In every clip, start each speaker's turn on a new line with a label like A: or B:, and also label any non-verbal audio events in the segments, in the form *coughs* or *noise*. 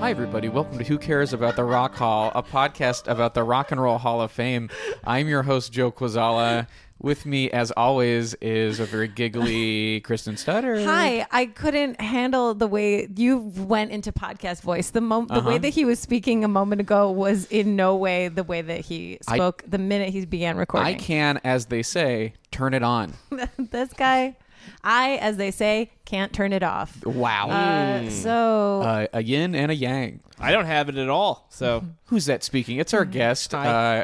A: Hi, everybody. Welcome to Who Cares About the Rock Hall, a podcast about the Rock and Roll Hall of Fame. I'm your host, Joe Quazala. With me, as always, is a very giggly Kristen Stutter.
B: Hi, I couldn't handle the way you went into podcast voice. The moment, the
A: Uh-huh.
B: way that he was speaking a moment ago was in no way the way that he
A: I-
B: spoke the minute he began
A: I
B: recording.
A: can, as they say, turn it on.
B: *laughs* this guy, I, as they say, can't turn it off.
A: Wow.
B: Uh, so
A: Uh, a yin and a yang.
C: I don't have it at all. So
B: Mm-hmm.
A: Who's that speaking? It's our guest, uh,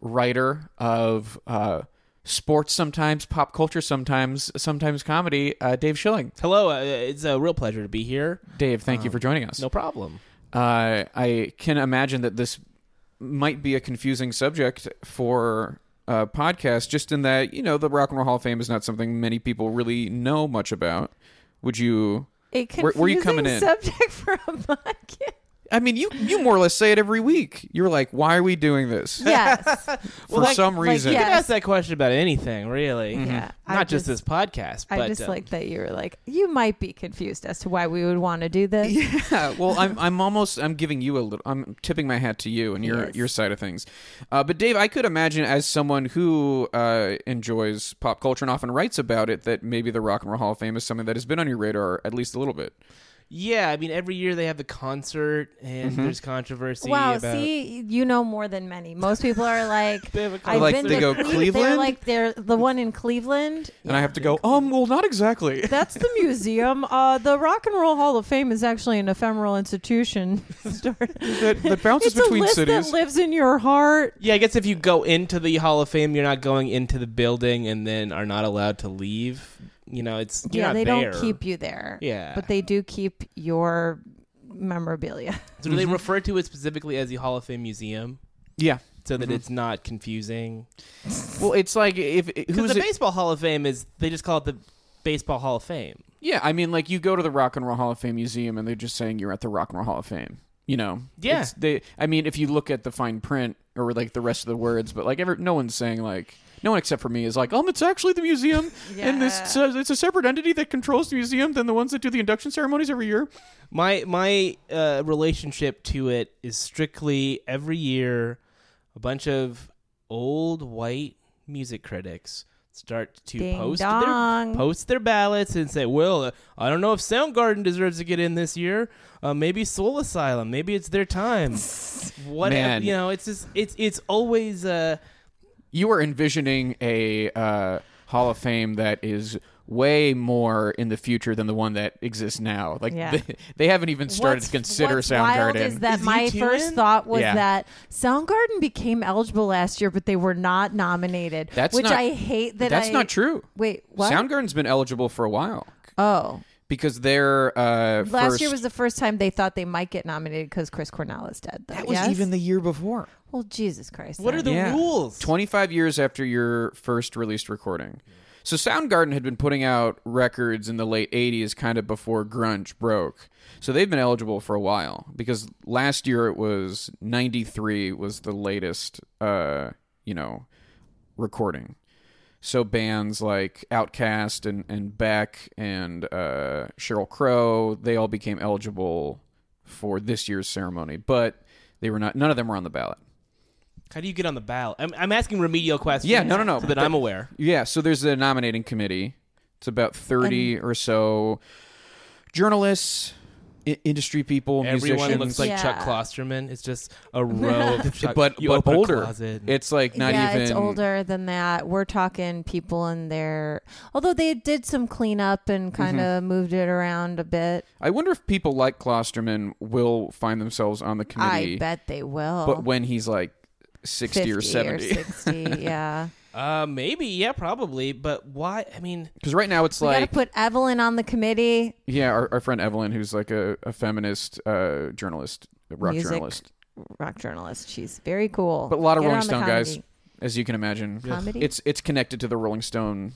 A: writer of uh, sports sometimes, pop culture sometimes, sometimes comedy, uh, Dave Schilling.
C: hello, uh, it's a real pleasure to be here.
A: Dave, thank you for joining us.
C: No problem.
A: Uh, I can imagine that this might be a confusing subject for a podcast, just in that, you know, the Rock and Roll Hall of Fame is not something many people really know much about. Would you?
B: a
A: where-
B: confusing
A: where you coming in?
B: subject *laughs* for a
A: *laughs*
B: podcast.
A: I mean, you, you more or less say it every week. You're like, why are we doing this?
B: Yes.
A: for some reason.
C: You
B: yeah.
C: can ask that question about anything, really.
B: Yeah, I
C: Not
B: just-
C: just, this podcast. But,
B: I just
A: uh,
C: um,
B: like that you were like, you might be confused as to why we would want to do this.
A: *laughs* Yeah, well, I'm I'm almost I'm giving you a little I'm tipping my hat to you and your
B: Yes.
A: your side of things, uh, but Dave, I could imagine as someone who uh, enjoys pop culture and often writes about it that maybe the Rock and Roll Hall of Fame is something that has been on your radar at least a little bit.
C: Yeah, I mean, every year they have the concert, and there's controversy.
B: Wow,
C: about,
B: see, you know more than many. Most people are like,
C: They have a
B: I've
A: Like,
B: been
A: they
B: to
A: go
B: Cle- They're
A: Cleveland?
B: like, they're the one in Cleveland.
A: And I have to go. Um, well, not exactly. *laughs*
B: That's the museum. Uh, the Rock and Roll Hall of Fame is actually an ephemeral institution. *laughs* that
A: that, that bounces between cities.
B: that lives in your heart.
C: Yeah, I guess if you go into the Hall of Fame, you're not going into the building and then are not allowed to leave. You know, it's you're
B: yeah,
C: not
B: they
C: there.
B: don't keep you there.
C: Yeah.
B: but they do keep your
A: *laughs*
B: memorabilia.
C: So do they refer to it specifically as the Hall of Fame Museum
A: yeah.
C: so that it's not confusing?
A: Well, it's like if it-
C: Because
A: who's
C: the
A: it-
C: Baseball Hall of Fame is they just call it the Baseball Hall of Fame.
A: yeah. I mean, like you go to the Rock and Roll Hall of Fame museum and they're just saying you're at the Rock and Roll Hall of Fame. You know.
C: Yeah.
A: It's- they. I mean, if you look at the fine print or like the rest of the words, but like ever, no one's saying like. No one except for me is like, um, it's actually the
B: *laughs*
A: museum, and this
B: Yeah.
A: says it's a separate entity that controls the museum than the ones that do the induction ceremonies every year.
C: My my uh, relationship to it is strictly every year, a bunch of old white music critics start to
B: Ding
C: post
B: dong.
C: their post their ballots and say, "Well, uh, I don't know if Soundgarden deserves to get in this year. Uh, maybe Soul Asylum. Maybe it's
B: *laughs*
C: their time. What
A: Man.
C: you know? It's just it's it's always uh,
A: you are envisioning a uh, Hall of Fame that is way more in the future than the one that exists now. Like
B: Yeah.
A: they, *laughs* they haven't even started
B: What's-
A: to consider
B: what's
A: Soundgarden.
B: Wild is that
C: Is
B: my
C: U2
B: first
C: in?
B: thought was
A: Yeah.
B: that Soundgarden became eligible last year, but they were not nominated.
A: That's
B: which
A: not-
B: I hate. That
A: That's
B: I-
A: not true.
B: Wait, what?
A: Soundgarden's been eligible for a while
B: oh,
A: because their uh,
B: last
A: first,
B: year was the first time they thought they might get nominated because Chris Cornell is dead. Though.
A: that was
B: yes?
A: even the year before.
B: well, Jesus Christ.
C: what are
B: then.
C: the
A: Yeah.
C: rules?
A: 25 years after your first released recording. So Soundgarden had been putting out records in the late 80s kind of before grunge broke. So they've been eligible for a while because last year it was 93 was the latest uh, you know, recording. So bands like Outkast and and Beck and uh Cheryl Crow, they all became eligible for this year's ceremony, but they were not none of them were on the ballot.
C: How do you get on the ballot? I'm, I'm asking remedial questions.
A: Yeah, no, no, no,
C: So
A: but
C: that I'm aware.
A: Yeah, so there's a nominating committee. It's about 30 or so journalists, I- industry people,
C: Everyone
A: musicians.
C: looks like
B: Yeah.
C: Chuck Klosterman. It's just
A: *laughs*
C: a row of Chuck.
A: but
C: you
A: but
C: open a
A: older.
C: closet and-
A: It's like not
B: yeah,
A: even
B: it's older than that. We're talking people in their. Although they did some cleanup and
A: Mm-hmm.
B: kind of moved it around a bit.
A: I wonder if people like Klosterman will find themselves on the committee.
B: I bet they will.
A: But when he's like 60
B: 50
A: or *laughs* 70.
B: 60, yeah.
C: uh, maybe, yeah, probably. But why? I mean,
A: Because right now it's
B: we gotta
A: like,
B: put Evelyn on the committee.
A: yeah, our, our friend Evelyn, who's like a, a feminist uh, journalist, rock
B: Music.
A: journalist.
B: Rock journalist. She's very cool.
A: But a lot of
B: Get her
A: Rolling
B: on the
A: Stone guys,
B: comedy.
A: as you can imagine.
B: Comedy?
A: It's it's connected to the Rolling Stone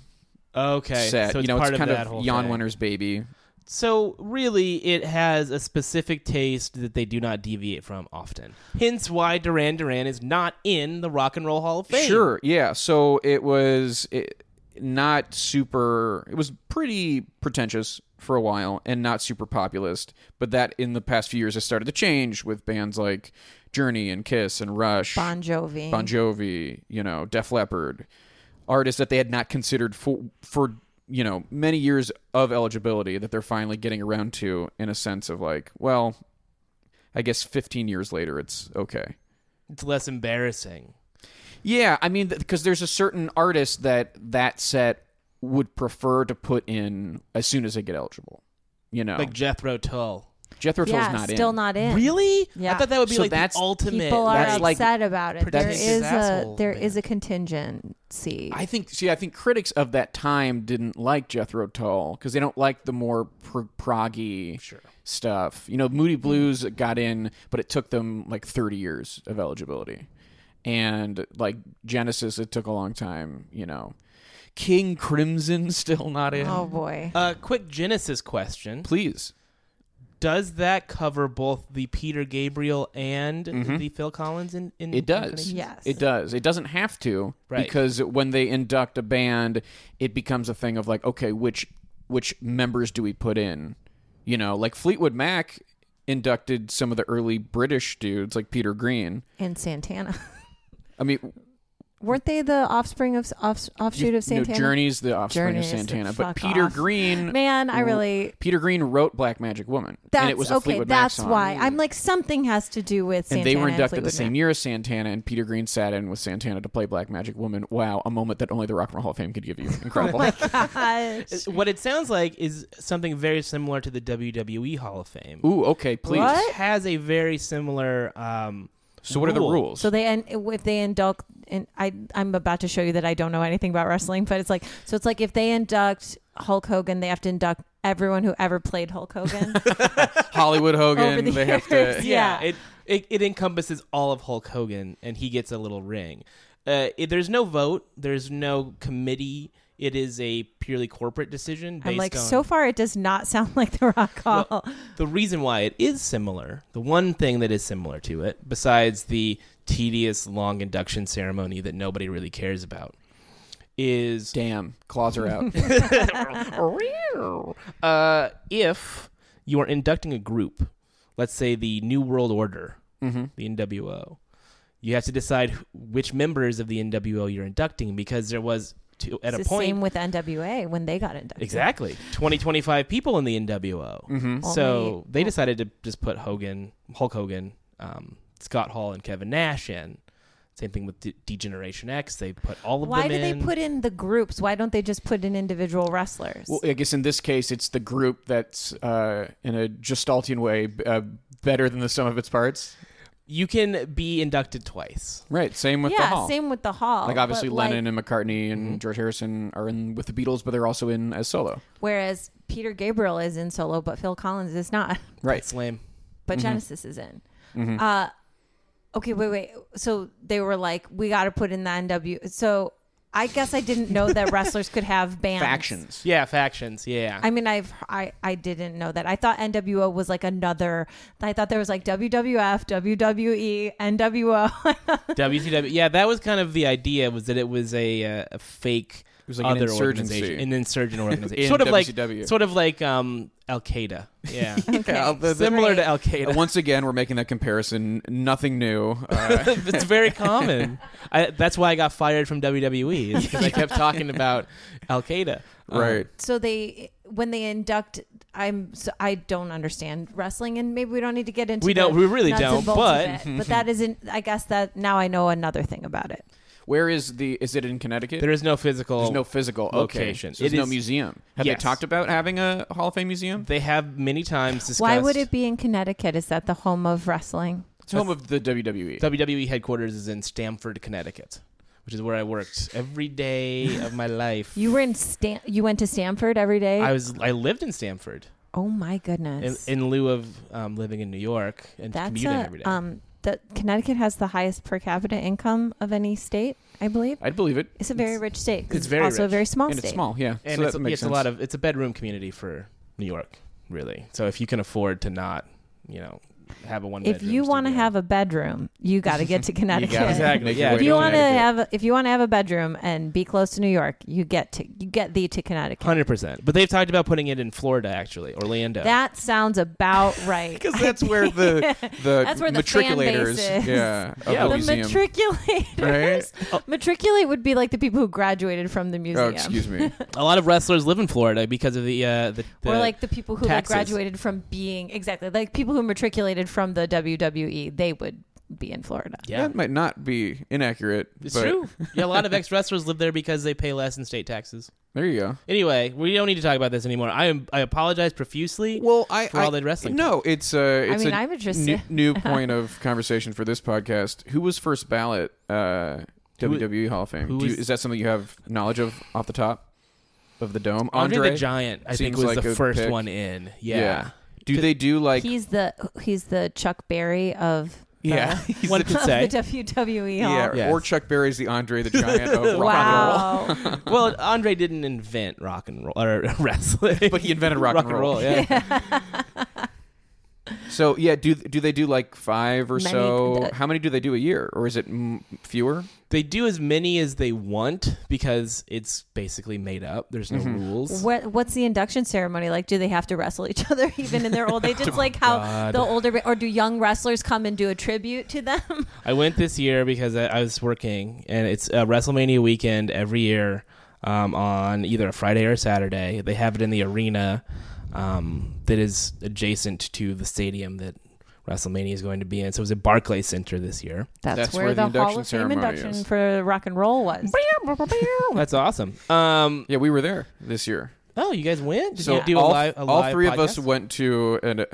C: okay,
A: set.
C: so it's
A: you know,
C: part
A: it's kind
C: of that
A: of,
C: whole
A: Jan
C: thing.
A: Wenner's baby.
C: So really, it has a specific taste that they do not deviate from often. Hence, why Duran Duran is not in the Rock and Roll Hall of Fame.
A: Sure, yeah. So it was it, not super. It was pretty pretentious for a while, and not super populist. But that in the past few years has started to change with bands like Journey and Kiss and Rush,
B: Bon Jovi.
A: Bon Jovi, you know, Def Leppard, artists that they had not considered for for you know many years of eligibility that they're finally getting around to in a sense of like, well, I guess 15 years later, it's okay.
C: it's less embarrassing.
A: Yeah, I mean, because there's a certain artist that that set would prefer to put in as soon as they get eligible. You know,
C: Like Jethro Tull.
A: Jethro Tull's
B: yeah,
A: not
B: still
A: in.
B: not in.
C: Really?
B: Yeah.
C: I thought that would be
A: So
C: like
A: that's-
C: the ultimate.
B: People are
A: That's
C: like,
A: like-
B: upset about it. There
A: That's-
B: is a
C: Asshole
B: there is
C: band.
B: a contingency.
A: I think. See, I think critics of that time didn't like Jethro Tull because they don't like the more pro- proggy stuff. You know, Moody Blues got in, but it took them like 30 years of eligibility, and like Genesis, it took a long time. You know, King Crimson *laughs* still not in.
B: oh boy.
C: uh, quick Genesis question:
A: please.
C: Does that cover both the Peter Gabriel and the Phil Collins? In, in
A: Mm-hmm. It does.
C: incarnation?
B: Yes.
A: It does. It doesn't have to
C: Right.
A: because when they induct a band, it becomes a thing of like, okay, which which members do we put in? You know, like Fleetwood Mac inducted some of the early British dudes like Peter Green.
B: and Santana. *laughs*
A: I mean,
B: Weren't they the offspring of off, offshoot of
A: you know,
B: Santana?
A: Journey's the offspring
B: Journey's,
A: of Santana, but
B: fuck
A: Peter
B: off.
A: Green,
B: Man, I really
A: Peter Green wrote Black Magic Woman,
B: that's
A: and it was a
B: okay.
A: Fleetwood
B: that's
A: Mac song.
B: why I'm like something has to do with
A: and
B: Santana
A: they were inducted the
B: Fleetwood
A: same
B: Mac.
A: year as Santana, and Peter Green sat in with Santana to play Black Magic Woman. Wow, a moment that only the Rock and Roll Hall of Fame could give
B: *laughs* Oh
A: you. Incredible.
B: Gosh.
C: Uh, What it sounds like is something very similar to the WWE Hall of Fame.
A: *laughs* Ooh, okay, please.
B: What?
C: It has a very similar. Um,
A: So what are the
C: rule.
A: rules?
B: So they and if they induct and I I'm about to show you that I don't know anything about wrestling, but it's like so it's like if they induct Hulk Hogan, they have to induct everyone who ever played
A: *laughs*
B: Hulk Hogan.
A: *laughs* Hollywood
B: *laughs* Over
A: Hogan,
B: the
A: they have
B: years.
A: to.
C: yeah,
B: Yeah.
C: It, it it encompasses all of Hulk Hogan, and he gets a little ring. Uh, it, there's no vote. There's no committee. It is a purely corporate decision. Based
B: I'm like,
C: on,
B: so far it does not *laughs* sound like the Rock Hall.
C: the reason why it is similar, the one thing that is similar to it, besides the tedious long induction ceremony that nobody really cares about, is
A: *laughs* Damn, claws are
B: *laughs*
A: out.
C: uh, if you are inducting a group, let's say the New World Order,
A: Mm-hmm,
C: the NWO, you have to decide wh- which members of the NWO you're inducting because there was to,
B: it's
C: at a
B: the
C: point
B: same with NWA when they got inducted.
C: exactly 20 25 people in the NWO.
A: mm-hmm.
C: So
B: Only-
C: they decided to just put Hogan, Hulk Hogan, um, Scott Hall, and Kevin Nash in. Same thing with D- Degeneration X. They put all of
B: Why
C: them
B: do they
C: in.
B: put in the groups? Why don't they just put in individual wrestlers?
A: well, I guess in this case, it's the group that's uh, in a Gestaltian way b- uh, better than the sum of its parts.
C: you can be inducted twice.
A: Right. Same with the
B: yeah,
A: Hall.
B: same with the Hall.
A: like obviously
B: but, Mm-hmm.
A: Lennon and McCartney and George Harrison are in with the Beatles, but they're also in as solo.
B: Whereas Peter Gabriel is in solo, but Phil Collins is not. *laughs*
A: Right.
C: It's lame.
B: but
A: Mm-hmm.
B: Genesis is in. Uh, okay, wait, wait. So they were like, we got to put in the NW. So I guess I didn't know
A: *laughs*
B: that wrestlers could have bands.
A: Factions.
C: Yeah, factions. Yeah.
B: I mean, I've I, I didn't know that. I thought NWO was like another. I thought there was like WWF, WWE, NWO. *laughs*
C: WCW. Yeah, that was kind of the idea was that it was a, uh, a fake
A: was like an
C: other
A: insurgency. *laughs*
C: organization, an insurgent organization,
A: In
C: sort of
A: WCW.
C: like sort of like um, Al Qaeda.
B: *laughs*
C: Yeah.
A: Yeah, the- the-
C: Similar to Al
A: Uh, *laughs*
C: Qaeda.
A: Once again, we're making that comparison. Nothing new.
C: *laughs*
A: Uh,
C: it's very common. I, that's why I got fired from WWE is because I
B: *laughs*
C: kept talking about Al Qaeda. Um,
A: right.
B: so they when they induct i'm so i don't understand wrestling and maybe we don't need to get into
C: We don't-
B: the
C: we really
B: nuts and
C: don't,
B: bolts
C: but-
B: of
C: *laughs*
B: it. but that isn't i guess that now i know another thing about it
A: Where is the? Is it in Connecticut?
C: There is no physical.
A: There's no physical
C: location.
A: Okay. So there's
C: It
A: no
C: is-
A: museum. Have
C: Yes.
A: they talked about having a Hall of Fame museum?
C: They have many times discussed.
B: why would it be in connecticut is that the home of wrestling
A: It's home of the E. WWE.
C: WWE E headquarters is in Stamford, Connecticut, which is where I worked every day of my life.
B: you were in Stan- you went to stanford every day
C: I was. I lived in Stamford
B: oh my
C: in,
B: goodness
C: in lieu of um, living in New York and
B: that's
C: commuting
B: a,
C: every day.
B: um the connecticut has the highest per capita income of any state i believe
A: I'd believe it.
B: it's a very rich state 'cause
C: it's very
B: also a
C: rich.
B: very small
A: and
B: state
A: it's small. Yeah.
C: and
A: so
C: it's,
A: that makes
C: it's
A: sense.
C: a lot of it's a bedroom community for New York, really. So if you can afford to not, you know, have a one.
B: if you
C: want to
B: have a bedroom you got to
C: *laughs*
B: get to
A: You
B: connecticut
A: gotta
C: Exactly,
A: make
C: yeah.
A: your
B: if
A: way
B: you want to
A: Connecticut.
B: have if you want to have a bedroom and be close to New York, you get to you get thee to Connecticut.
C: hundred percent, but they've talked about putting it in Florida, actually, Orlando.
B: That sounds
A: *laughs*
B: about right.
A: because that's
B: *laughs*
A: where the the
B: That's where the fan
A: matriculators,
B: base is.
A: *laughs* yeah, of
C: Yeah,
B: the
A: the museum.
B: matriculators. *laughs* Matriculate would be like the people who graduated from the
A: oh,
B: museum,
A: excuse me.
C: a lot of wrestlers live in Florida because of the uh, the, the
B: or like the people who like
C: taxes.
B: graduated from being exactly like people who matriculated from the WWE. They would be in Florida.
C: *laughs* yeah.
A: That might not be inaccurate.
C: It's
A: but
C: true. Yeah, a lot of ex wrestlers live there because they pay less in state taxes.
A: There you go.
C: Anyway, we don't need to talk about this anymore. I am, I apologize profusely.
A: Well, I
C: For all the wrestling
A: No, it's uh, it's
B: mean,
A: a
B: I'm interested.
A: New,
B: *laughs*
A: new point of conversation for this podcast. Who was first ballot uh,
C: Who-
A: WWE Hall of Fame?
C: who
A: Do you,
C: is-
A: is that something you have knowledge of off the top of the dome?
C: Andre, the Giant, I think
A: seems
C: was
A: like
C: the
A: a
C: first
A: pick.
C: one in. Yeah.
A: Yeah. Do they do like?
B: he's the he's the Chuck Berry of the,
A: yeah.
C: *laughs*
A: *laughs* He's
C: One
A: the-
C: could
B: of
C: say.
B: the E WWE.
A: yeah,
B: Hall.
C: Yes.
A: or Chuck Berry's the Andre the Giant
B: *laughs*
A: of rock and roll. *laughs*
B: Wow.
C: well, Andre didn't invent rock and roll or *laughs* wrestling,
A: But he invented rock and roll.
C: yeah.
A: So yeah, do do they do like five or
B: Many-
A: so?
B: uh,
A: How many do they do a year, or is it m- fewer?
C: They do as many as they want because it's basically made up. There's no
A: Mm-hmm.
C: rules.
B: What what's the induction ceremony like? Do they have to wrestle each *laughs* other even in their old age? It's like how the older or do young wrestlers come and do a tribute to them? *laughs*
C: I went this year because I, I was working, and it's uh, WrestleMania weekend every year um, on either a Friday or a Saturday. They have it in the arena um, that is adjacent to the stadium that WrestleMania is going to be in. So it was at Barclays Center this year.
B: That's,
A: That's where where the the Hall induction of Fame ceremony induction is.
B: for rock and roll was.
C: That's awesome. Um,
A: Yeah, we were there this year.
C: oh, you guys went? Did
A: So
C: you do
A: all,
C: a live? A
A: all
C: live
A: three of us
C: podcast?
A: went to an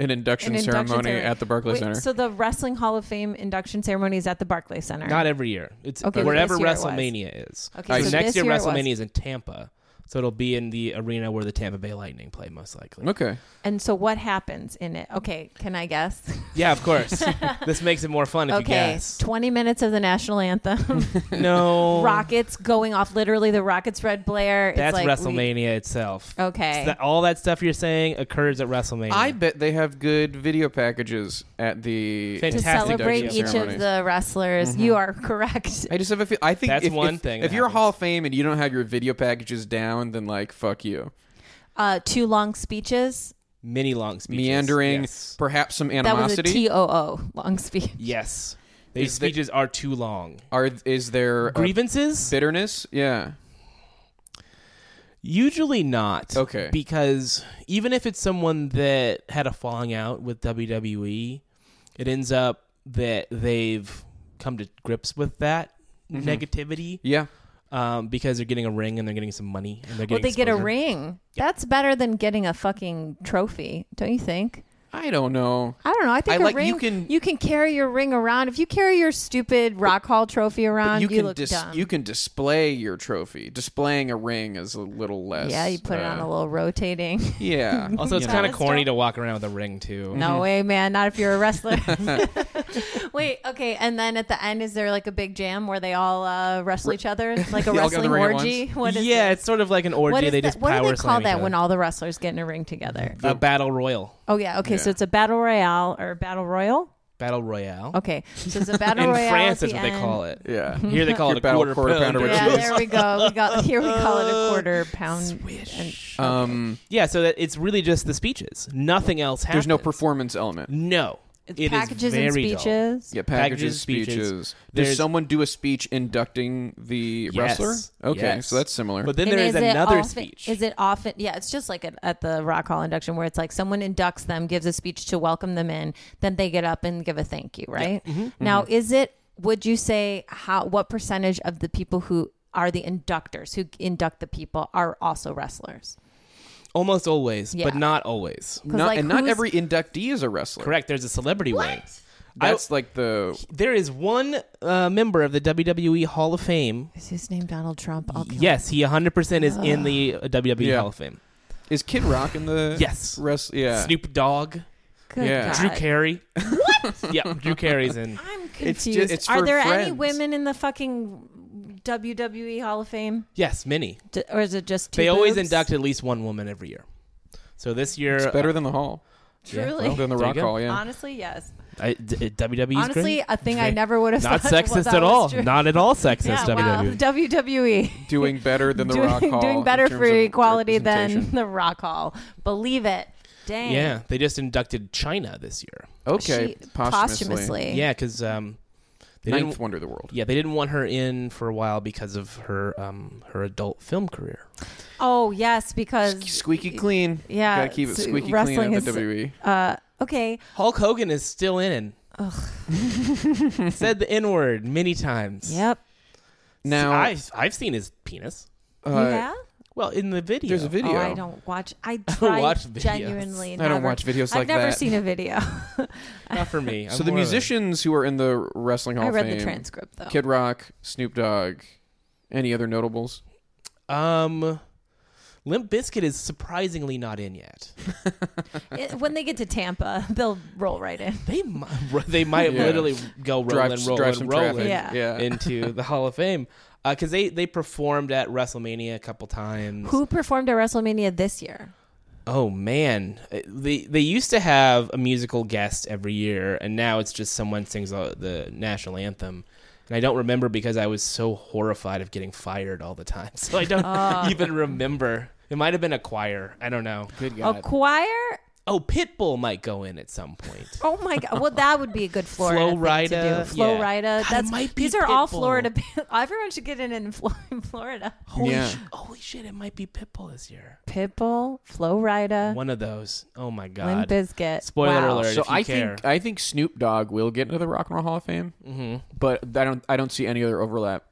A: an induction, ceremony at the Barclays Center.
B: So the wrestling Hall of Fame induction ceremony is at the Barclays Center.
C: Not every year. It's
B: Okay,
C: wherever
B: this year it was.
C: WrestleMania is.
B: Okay, I
C: so
B: see.
C: next
B: this
C: year
B: year it was.
C: WrestleMania is in Tampa, so it'll be in the arena where the Tampa Bay Lightning play most likely.
A: okay,
B: and so what happens in it? Okay, can I guess?
C: Yeah,
B: *laughs*
C: of course. this makes it more fun if you
B: okay,
C: guess.
B: twenty minutes of the national anthem,
C: *laughs* no,
B: rockets going off. Literally, the rockets red blare.
C: That's
B: it's like
C: WrestleMania itself.
B: We, okay,
C: So that- all that stuff you're saying occurs at WrestleMania.
A: I bet they have good video packages at the.
C: Fantastic.
B: to
C: induction
B: celebrate each
A: ceremonies.
B: of the wrestlers. You are *laughs* correct.
A: I just have a feel. I think
C: That's
A: if,
C: one
A: if-
C: thing
A: If
C: that
A: you're a
C: happens.
A: Hall of Fame and you don't have your video packages down, then like fuck you.
B: Uh, too long speeches.
C: Mini long speeches.
A: Meandering,
C: Yes.
A: perhaps some
B: That was a
A: animosity.
B: T O O long speech.
C: Yes. These
A: Is the-
C: speeches are too long.
A: Are is there uh,
C: Grievances?
A: bitterness? Yeah.
C: Usually not.
A: Okay.
C: Because even if it's someone that had a falling out with WWE, it ends up that they've come to grips with that Mm-hmm. negativity
A: Yeah.
C: um, because they're getting a ring and they're getting some money and they're
B: Well,
C: getting
B: they get a
C: exposure.
B: ring. That's better than getting a fucking trophy, don't you think?
A: I don't know.
B: I don't know. I think
A: I
B: a
A: like- you
B: ring.
A: can-
B: carry your ring around. If you carry your stupid rock hall trophy around, you,
A: you can
B: look
A: dis-
B: dumb.
A: you can display your trophy. Displaying a ring is a little less.
B: yeah, you put it
A: uh,
B: on a little rotating.
A: *laughs* Yeah.
C: Also, it's
A: You
C: kind
A: know.
C: of corny to walk around with a ring too.
B: No way, man. Not if you're a wrestler. *laughs* Wait, okay. And then at the end, is there like a big jam where they all uh, wrestle each other? Like a
A: They all get in the
B: wrestling
A: ring at
B: orgy? What is
C: yeah,
B: it?
C: it's sort of like an orgy.
B: What, is
C: they
B: that-
C: just
B: what
C: power
B: do they call
C: slam
B: that
C: each
B: when
C: other.
B: all the wrestlers get in a ring together?
C: a battle royal?
B: Oh, yeah. Okay.
A: Yeah.
B: So it's a battle royale or battle royal.
C: battle royale.
B: Okay, so
C: *laughs*
B: it's a battle
C: In
B: royale. at
C: France,
B: the
C: that's what they
B: end.
C: call it.
B: *laughs*
A: Yeah.
C: Here they call
A: Your
C: it a
A: battle
C: quarter,
A: quarter pounder with
B: Yeah,
A: cheese.
B: there we go. We
C: *laughs*
B: got here. We call it a quarter
C: Uh,
B: pound. and-
A: Um,
C: Yeah, so that it's really just the speeches. Nothing else happens.
A: there's no performance element.
C: No.
B: it's
C: It is
B: packages and
C: very dull.
B: speeches.
A: Yeah, packages,
C: Packages,
A: speeches.
C: speeches.
A: Does
C: There's-
A: someone do a speech inducting the
C: Yes.
A: wrestler? Okay,
C: Yes.
A: so that's similar.
C: But then
B: And
C: there is,
B: it
C: another
B: often-
C: speech.
B: Is it often? Yeah, it's just like at, at the Rock Hall induction where it's like someone inducts them, gives a speech to welcome them in, then they get up and give a thank you, right?
C: Mm-hmm.
B: Now, is it? Would you say how? What percentage of the people who are the inductors who induct the people are also wrestlers?
C: Almost always,
B: Yeah.
C: but not always.
B: 'Cause,
A: not,
B: like,
A: and not
B: who's-
A: every inductee is a wrestler.
C: Correct. There's a celebrity wing.
A: That's like the
C: There is one uh, member of the WWE Hall of Fame.
B: Is his name Donald Trump? I'll kill
C: Yes, he 100% is in the uh, WWE
A: Yeah.
C: Hall of Fame.
A: is Kid Rock in the
C: *laughs* Yes.
A: wrest, yeah
C: Snoop Dogg,
B: Good
A: Yeah.
B: God.
C: Drew Carey. What? *laughs* yeah, Drew Carey's in.
B: I'm confused.
A: It's ju- it's
B: Are
A: for
B: there any
A: friends.
B: women in the fucking WWE Hall of Fame,
C: Yes, many.
B: D- or is it just two
C: They always
B: boobs?
C: induct at least one woman every year. So this year,
A: It's better than the Hall,
C: yeah,
B: Truly,
C: well,
A: than the
C: uh, there you
A: Rock
C: go.
A: Hall. Yeah,
B: honestly, yes.
C: I, d- uh, WWE's
B: honestly,
C: great.
B: a thing I
C: Great.
B: never would have
C: not
B: thought was-
C: sexist
B: that
C: at
B: was
C: all.
B: true.
C: Not at all sexist. E.
B: yeah, wow.
C: WWE.
B: *laughs* WWE.
A: doing better than the
B: E. *laughs* doing,
A: Rock Hall.
B: doing
A: in
B: better
A: terms
B: for
A: of
B: equality than *laughs*
A: representation.
B: the Rock Hall. Believe it. Dang.
C: Yeah, they just inducted China this year.
A: okay
B: She-
A: posthumously.
B: Eh.
C: Yeah, because um, they
A: Ninth
C: didn't.
A: wonder of the world.
C: Yeah, they didn't want her in for a while because of her um her adult film career.
B: Oh yes, because
A: Squeaky clean.
B: Yeah,
A: gotta keep it
B: so
A: squeaky
B: wrestling
A: clean at the E.
B: is-
A: WWE.
B: uh, okay.
C: Hulk Hogan is still in. Ugh. *laughs* Said the N word many times.
B: Yep.
A: Now,
C: I've I've seen his penis.
A: uh,
B: yeah.
C: Well, in the video.
A: there's a video.
B: Oh, I don't watch. I try
C: watch videos.
B: genuinely.
A: I
B: Never,
A: don't watch videos
B: I've
A: like
B: never
A: that.
B: seen a video. *laughs*
C: Not
A: *laughs*
C: for me.
A: So the
C: I'm more of a-
A: musicians who are in the wrestling hall
B: I
A: of
B: read the
A: Fame,
B: transcript though.
A: Kid Rock, Snoop Dogg, any other notables?
C: Um, Limp Biscuit is surprisingly not in yet.
B: It- when they get to Tampa, *laughs* they'll roll right in.
C: They might, *laughs* they might
A: Yeah.
C: literally go
A: drive,
C: rolling, rolling,
A: drive some
C: rolling
A: traffic.
B: Yeah. *laughs*
C: into the Hall of Fame because they they performed at WrestleMania a couple times.
B: Who performed at WrestleMania this year?
C: Oh man, Uh, they they used to have a musical guest every year, and now it's just someone sings uh, the national anthem. And I don't remember because I was so horrified of getting fired all the time, *laughs* so I don't
B: Ah.
C: even remember. It might have been a choir. I don't know. Good
B: A choir?
C: Oh, Pitbull might go in at some point.
B: Oh my god! Well, that would be a good Florida
C: Flow
B: thing to
C: Rida.
B: do. Flow
C: Yeah.
B: Rida.
C: God, it
B: Uh, That's
C: might be
B: these are all
C: Pitbull.
B: Florida. *laughs* Everyone should get in in Flo- *laughs* in Florida.
C: Holy,
A: Yeah.
C: sh- holy shit! It might be Pitbull this year.
B: Pitbull, Flow Rida,
C: One of those. Oh my
B: Limp
C: god.
B: Bizkit.
C: Spoiler
B: Wow.
C: alert.
A: So
C: if you
A: I
C: care.
A: think I think Snoop Dogg will get into the Rock and Roll Hall of Fame, mm-hmm. but I don't I don't see any other overlap.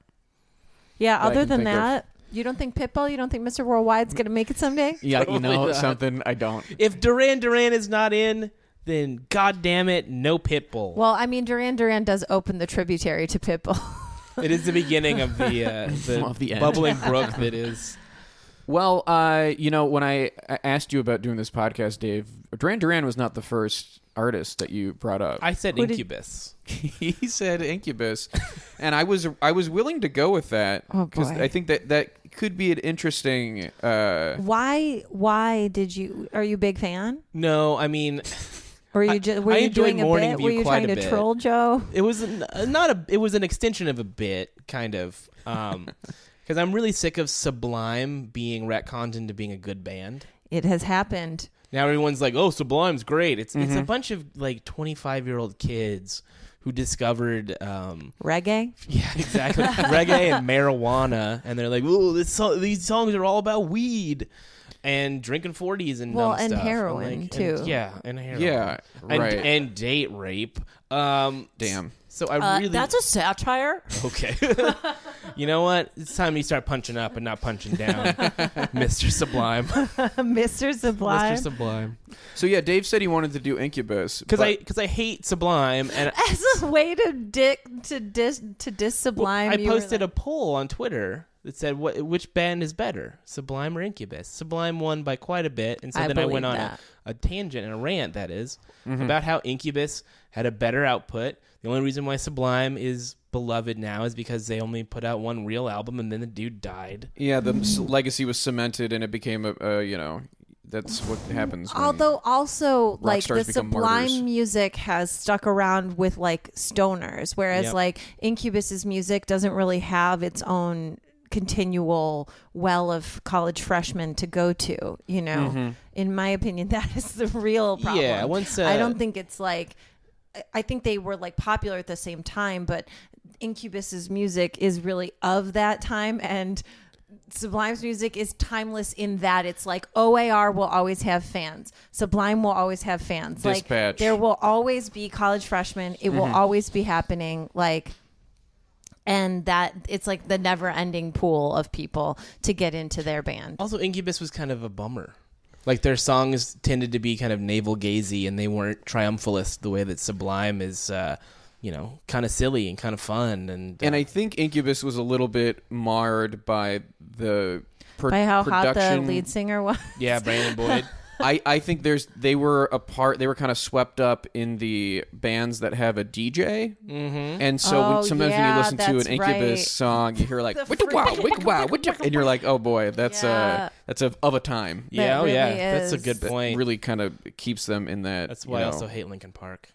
B: Yeah.
A: I
B: Other
A: can
B: than
A: think of.
B: that, you don't think Pitbull? You don't think Mr. Worldwide's gonna make it someday?
C: *laughs*
A: Yeah, you know
C: not.
A: something I don't.
C: If Duran Duran is not in, then god damn it, no Pitbull.
B: Well, I mean, Duran Duran does open the tributary to Pitbull.
C: *laughs* it is the beginning of
A: *laughs*
C: the uh, the,
A: Of the end.
C: bubbling brook that is.
A: Well, uh, you know when I I asked you about doing this podcast, Dave, Duran Duran was not the first artist that you brought up.
C: I said
B: did-
C: incubus. *laughs*
A: *laughs* he said Incubus, and I was I was willing to go with that
B: Oh, boy.
A: I think that that could be an interesting. Uh,
B: *laughs* why? Why did you? Are you a big fan?
C: No, I mean
B: Were
C: I-
B: you just? Were
C: I
B: you
C: enjoyed
B: doing a
C: Morning
B: bit?
C: View
B: Were you
C: quite
B: trying
C: a
B: to
C: bit.
B: troll Joe?
C: it was n- uh, not a it was an extension of a bit kind of *laughs* um because I'm really sick of Sublime being retconned into being a good band.
B: It has happened.
C: Now everyone's like, "Oh, Sublime's great." It's it's a bunch of like 25 year old kids who discovered um,
B: Reggae.
C: yeah *laughs*
B: *laughs*
C: exactly reggae and marijuana, and they're like, "Oh, this so- these songs are all about weed." And drinking forties and
B: Well,
C: dumb
B: and
C: stuff.
B: heroin,
C: and,
B: too.
C: yeah, and heroin.
A: Yeah,
C: and,
A: right.
C: And date rape. Um,
A: Damn.
C: So I really
B: Uh, a *laughs* satire.
C: *laughs* okay. *laughs* you know what? It's time you start punching up and not
A: *laughs*
C: punching down,
B: *laughs*
C: Mister Sublime.
B: Mr. Sublime. *laughs*
C: Mister Sublime.
A: so yeah, Dave said he wanted to do Incubus
C: Because
A: but-
C: I because I hate Sublime and
B: As a way to dick to dis to dis Sublime.
C: I posted a poll on Twitter that said what which band is better, Sublime or Incubus. Sublime won by quite a bit, and so
B: I
C: then I went
B: believe
C: on
B: that.
C: a, a tangent and a rant that is,
A: Mm-hmm.
C: about how Incubus had a better output. The only reason why Sublime is beloved now is because they only put out one real album, and then the dude died.
A: Yeah, the s- legacy was cemented, and it became a, a you know That's what happens. when-
B: Although also like
A: stars
B: the
A: become
B: sublime
A: martyrs.
B: music has stuck around with like stoners, whereas
C: Yep.
B: like Incubus's music doesn't really have its own continual well of college freshmen to go to. You know, in my opinion, *laughs* that is the real problem.
C: Yeah, once, uh,
B: I don't think it's like I- I think they were like popular at the same time, but Incubus's music is really of that time and Sublime's music is timeless in that it's like OAR will always have fans. Sublime will always have fans.
A: Dispatch. Mm-hmm.
B: Like there will always be college freshmen. It will always be happening. Like and that it's like the never ending pool of people to get into their band.
C: Also, Incubus was kind of a bummer. Like their songs tended to be kind of navel gazy, and they weren't triumphalist the way that Sublime is. Uh, you know, kind of silly and kind of fun, and,
A: and
C: uh,
A: I think Incubus was a little bit marred by the pro-
B: By how hot
A: production.
B: the lead singer was.
C: yeah, Brandon Boyd.
A: I, I think there's they were a part they were kind of swept up in the bands that have a DJ, mm-hmm. and so
B: Oh,
A: when, sometimes
B: yeah,
A: when you listen to an
B: that's
A: Incubus
B: right.
A: song, you hear like
B: The
A: "Wicka wow,
B: *laughs* freaking-
A: wicka wow, wicka-" and you're like, oh boy, that's
B: Yeah.
A: uh that's of, of a time.
C: yeah, oh
B: really
C: yeah, that's a
B: is.
C: good
B: That
C: point.
A: Really kind of keeps them in that.
C: that's
A: you
C: why I
A: know,
C: also hate Lincoln Park.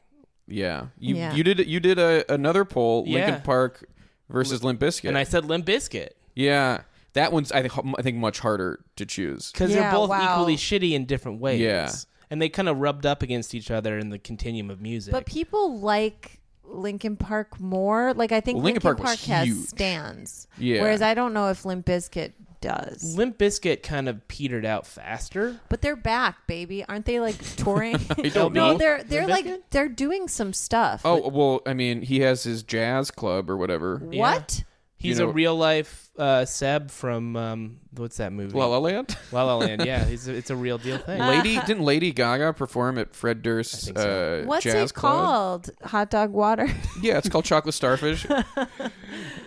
A: Yeah, you
B: Yeah.
A: you did you did a, another poll,
C: Yeah.
A: Lincoln Park versus Limp Bizkit,
C: And I said Limp Biscuit
A: yeah, that one's I think I think much harder to choose.
C: because
B: Yeah,
C: they're both
B: wow.
C: equally shitty in different ways.
A: Yeah.
C: and they kind of rubbed up against each other in the continuum of music.
B: But people like Linkin Park more. Like I think
A: Well,
B: Linkin,
A: Linkin
B: Park,
A: Park was
B: has
A: huge.
B: stands.
A: Yeah.
B: Whereas I don't know if Limp Bizkit does.
C: Limp Biscuit kind of petered out faster.
B: But they're back, baby. Aren't
A: *laughs*
B: they like touring?
A: I don't
B: no,
A: know.
B: they're they're
C: Limp
B: like
C: Bizkit?
B: they're doing some stuff.
A: Oh well, I mean, he has his jazz club or whatever.
B: what?
C: He's
A: You
C: a
A: know-
C: real life uh, Seb from um, what's that movie?
A: La La
C: *laughs*
A: Land.
C: La La Land. Yeah, it's a, it's a real
B: *laughs*
C: deal thing.
A: Lady didn't Lady Gaga perform at Fred Durst's uh,
B: What's
A: jazz
B: it
A: club?
B: called? Hot dog water. *laughs*
A: Yeah, it's called Chocolate Starfish.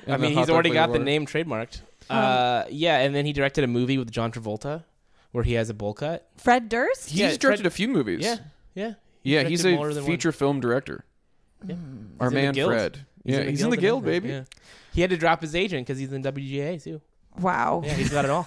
C: I mean, he's already got the name trademarked. Uh, yeah, and then he directed a movie with John Travolta, where he has a bowl cut.
B: Fred Durst.
A: He's
C: Yeah,
A: directed
C: Fred-
A: a few movies.
C: Yeah, yeah,
A: yeah,
C: He
A: he's
C: directed more
A: a
C: than one.
A: feature film director.
C: Yeah.
A: Our
C: He's in the
A: man
C: Guild.
A: Fred. yeah, he's in the
C: and
A: guild,
C: everything.
A: baby.
C: Yeah. He had to drop his agent because he's in WGA too.
B: Wow.
C: Yeah, he's got it all.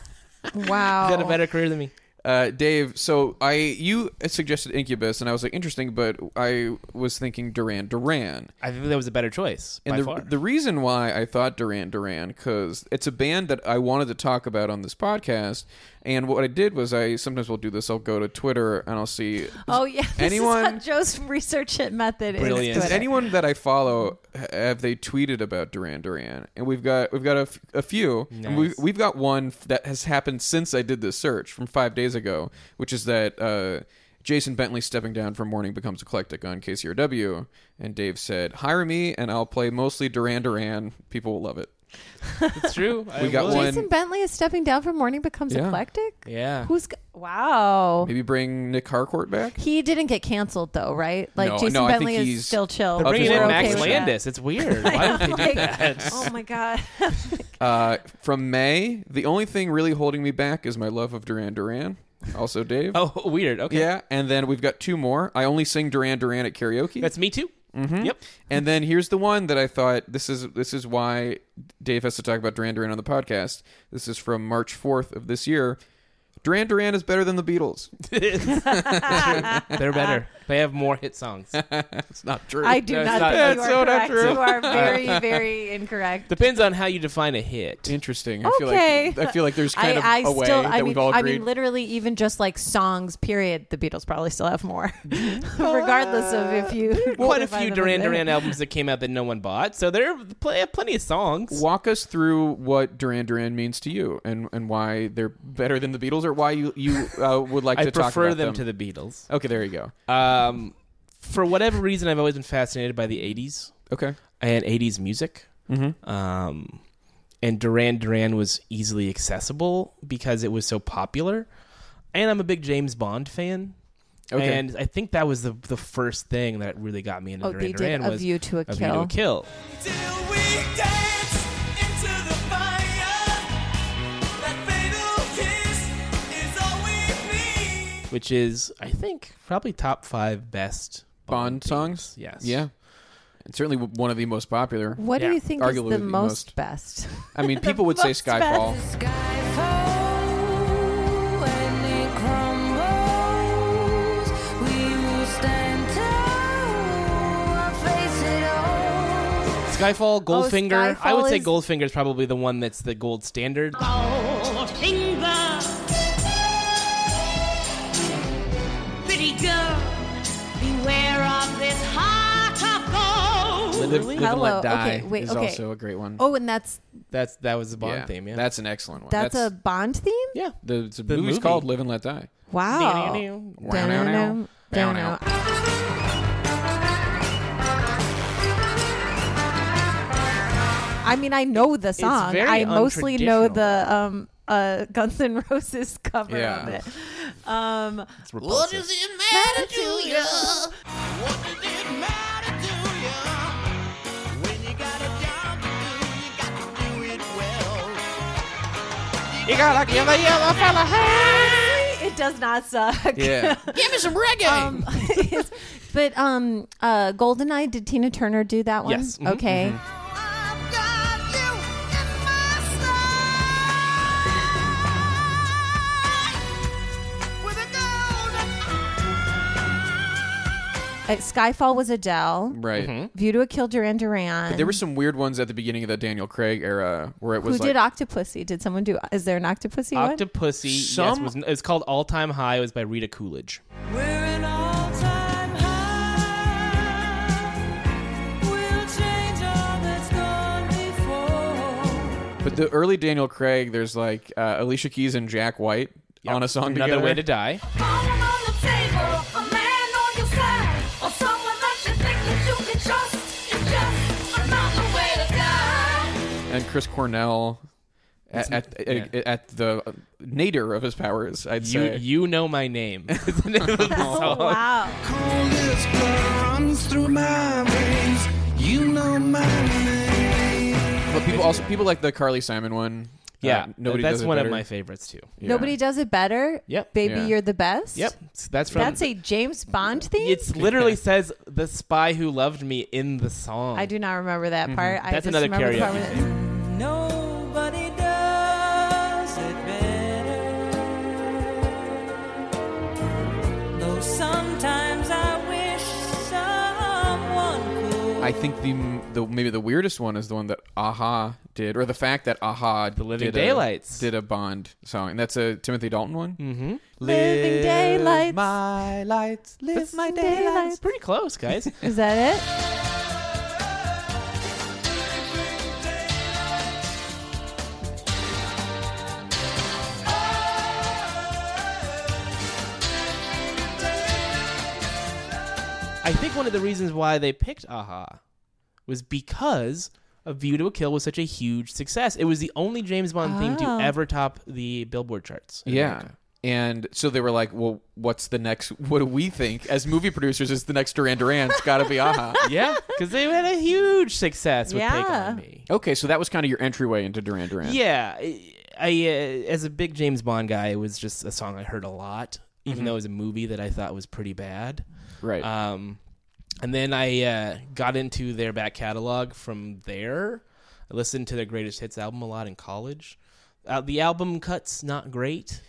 B: Wow.
C: He's
A: Oh.
C: got a better career than me.
A: Uh, Dave, so I you suggested Incubus, and I was like, interesting, but I was thinking Duran Duran.
C: I think that was a better choice by
A: And
C: far.
A: the, the reason why I thought Duran Duran because it's a band that I wanted to talk about on this podcast, and what I did was I sometimes will do this. I'll go to Twitter and I'll see.
B: Oh yeah. *laughs* This
A: anyone-
B: Is how Joe's research it method
C: Brilliant.
B: is
A: Has
B: Twitter.
A: anyone that I follow ha- have they tweeted about Duran Duran? And we've got we've got a, f- a few. And we've,
C: Nice.
A: we've got one f- that has happened since I did this search from five days ago, which is that uh, Jason Bentley stepping down from Morning Becomes Eclectic on KCRW, and Dave said, "Hire me, and I'll play mostly Duran Duran. People will love it." *laughs*
C: it's true.
A: We got one-
B: Jason Bentley is stepping down from Morning Becomes
A: Yeah.
B: Eclectic.
C: Yeah.
B: Who's g- wow?
A: Maybe bring Nick Harcourt back.
B: He didn't get canceled though, right? Like
A: No,
B: Jason
A: no, I think
B: Bentley is
A: he's-
B: still chill.
C: They're
A: Of
C: bringing
A: his
C: in
A: own
C: Max
A: okay with
C: Landis.
A: *laughs*
C: It's weird. Why would they do that?
B: Oh my god.
A: Uh, from May, the only thing really holding me back is my love of Duran Duran. Also, Dave.
C: Oh, weird. Okay.
A: Yeah, and then we've got two more. I only sing Duran Duran at karaoke.
C: That's me too.
A: Mm-hmm.
C: *laughs* Yep.
A: And then here's the one that I thought this is this is why Dave has to talk about Duran Duran on the podcast. This is from March 4th of this year. Duran Duran is better than the Beatles.
C: They're better. They have more hit songs.
A: *laughs* It's not true.
B: I do
C: No, it's
B: not
C: not-
B: think you
A: That's
B: are
A: so not
B: correct.
A: true. *laughs*
B: You are very, very incorrect.
C: *laughs* Depends on how you define a hit.
A: Interesting. I
B: Okay.
A: feel like I feel like there's
B: I,
A: kind of
B: I
A: a way
B: still,
A: that
B: I mean,
A: we've all
B: I
A: agreed.
B: mean, literally, even just like songs, period. The Beatles probably still
A: *laughs*
B: have more, *laughs* regardless of if you.
C: Quite a
B: identify
C: few
B: them as
C: Duran
B: there.
C: Duran albums that came out that no one bought, so there are pl- plenty of songs.
A: Walk us through what Duran Duran means to you and, and why they're better than the Beatles or why you, you uh, would like
C: *laughs* I
A: to talk
C: prefer
A: about
C: them, to the Beatles.
A: Okay, there you go.
C: Um, for whatever reason, I've always been fascinated by the '80s
A: Okay.
C: and '80s music.
A: Mm-hmm.
C: um, and Duran Duran was easily accessible because it was so popular. And I'm a big James Bond fan,
A: Okay.
C: and I think that was the the first thing that really got me into
B: Oh, they
C: Duran
B: did
C: Duran
B: a
C: was
B: view to a
C: A View to
B: kill.
C: a Kill.
D: Till we dance into the fire. That fatal kiss is all we need.
C: which is I think probably top five best
A: Bond
C: themes.
A: songs?
C: Yes.
A: Yeah. It's certainly one of the most popular.
B: What do
C: Yeah,
B: you think is the
A: arguably
B: most,
A: the most.
B: best? *laughs*
A: I mean, people would say
B: most best
A: Skyfall.
D: Skyfall when it crumbles.
C: Skyfall, Goldfinger. I
B: Oh,
C: would
B: Skyfall
C: say
B: is-
C: Goldfinger is probably the one that's the
B: *gasps*
C: gold standard.
E: Oh, Goldfinger. Pretty girl, beware of this heart of gold.
C: Live, live and
B: Hello.
C: let die.
B: Okay, wait.
A: is
B: okay.
A: also a great one.
B: oh, and that's
C: That's that was the Bond
A: yeah.
C: theme. Yeah,
A: That's an excellent one.
B: that's, a Bond theme.
C: yeah.
A: the, the,
C: the
A: movie's
C: movie.
A: called Live and Let Die.
B: Wow.
C: Wow.
B: Dun-dun-dun, dun-dun. I mean, I know the song.
C: very
B: I mostly know
C: untraditional.
B: the um, uh, Guns N' Roses cover of
A: Yeah.
B: it. Um,
C: It's repulsive.
E: Matter to you.
D: What does it matter to you? When you got a job to do, you got to do it well. You gotta give a yellow fella
B: it does not suck. *laughs*
A: Yeah.
D: Give me some reggae.
B: Um, but um, uh, Goldeneye, did Tina Turner do that one?
C: Yes. Mhm,
B: Okay.
E: I've got you in my sight. With a golden
B: Uh, Skyfall was Adele.
A: right.
C: Mm-hmm.
B: View to a Kill Duran Duran.
A: There were some weird ones at the beginning of the Daniel Craig era where it
B: Who
A: was
B: did
A: like
B: Octopussy? Did someone do? Is there an Octopussy one?
C: Octopussy.
A: Some-
C: Yes, was, it's called All Time High. It was by Rita Coolidge.
D: We're an all-time high. We'll change all that's gone before.
A: But the early Daniel Craig, there's like uh, Alicia Keys and Jack White on a song
C: Another
A: together.
C: way to die.
E: Falling on the table, a man on your side, or someone that you think that you can trust is just another way to die.
A: and Chris Cornell at at, at, at the nadir of his powers, I'd
C: You
A: say.
C: you know my name. *laughs* It's the name of the
B: Oh,
C: song.
B: wow.
D: Coldest blood runs through my veins. You know my name.
A: but people also people like the Carly Simon one.
C: Yeah,
A: Uh, nobody.
C: That's
A: does it
C: one
A: better.
C: of my favorites too.
A: Yeah.
B: Nobody does it better.
C: Yep.
B: Baby,
A: Yeah.
B: you're the best.
C: Yep, so that's from.
B: That's a James Bond theme.
C: It's literally says the spy who loved me in the song.
B: I do not remember that part. I
C: That's
B: just
C: another
B: remember the part
C: karaoke
B: where-
D: Nobody does it better. Though sometimes I wish someone could.
A: I think the, the maybe the weirdest one is the one that Aha did, or the fact that Aha the
C: Living
A: did
C: Daylights.
A: a, did a Bond song, and that's a Timothy Dalton one. Mm-hmm.
B: Living daylights.
C: my lights. Live
B: That's
C: my
B: daylights.
C: daylights. Pretty close, *laughs* guys.
B: Is that it?
C: I think one of the reasons why they picked Aha was because A View to a Kill was such a huge success. It was the only James Bond theme to
B: Oh.
C: ever top the Billboard charts. in
A: Yeah.
C: America.
A: And so they were like, "Well, what's the next? *laughs* What do we think as movie producers is the next Duran Duran? It's got to be Aha."
C: *laughs* Yeah, because they had a huge success with Take
B: Yeah.
C: On Me.
A: Okay, so that was kind of your entryway into Duran Duran.
C: Yeah, I, I uh, as a big James Bond guy, it was just a song I heard a lot, even though it was a movie that I thought was pretty bad.
A: Right.
C: Um, and then I uh, got into their back catalog from there. I listened to their greatest hits album a lot in college. Uh, the album cuts not great.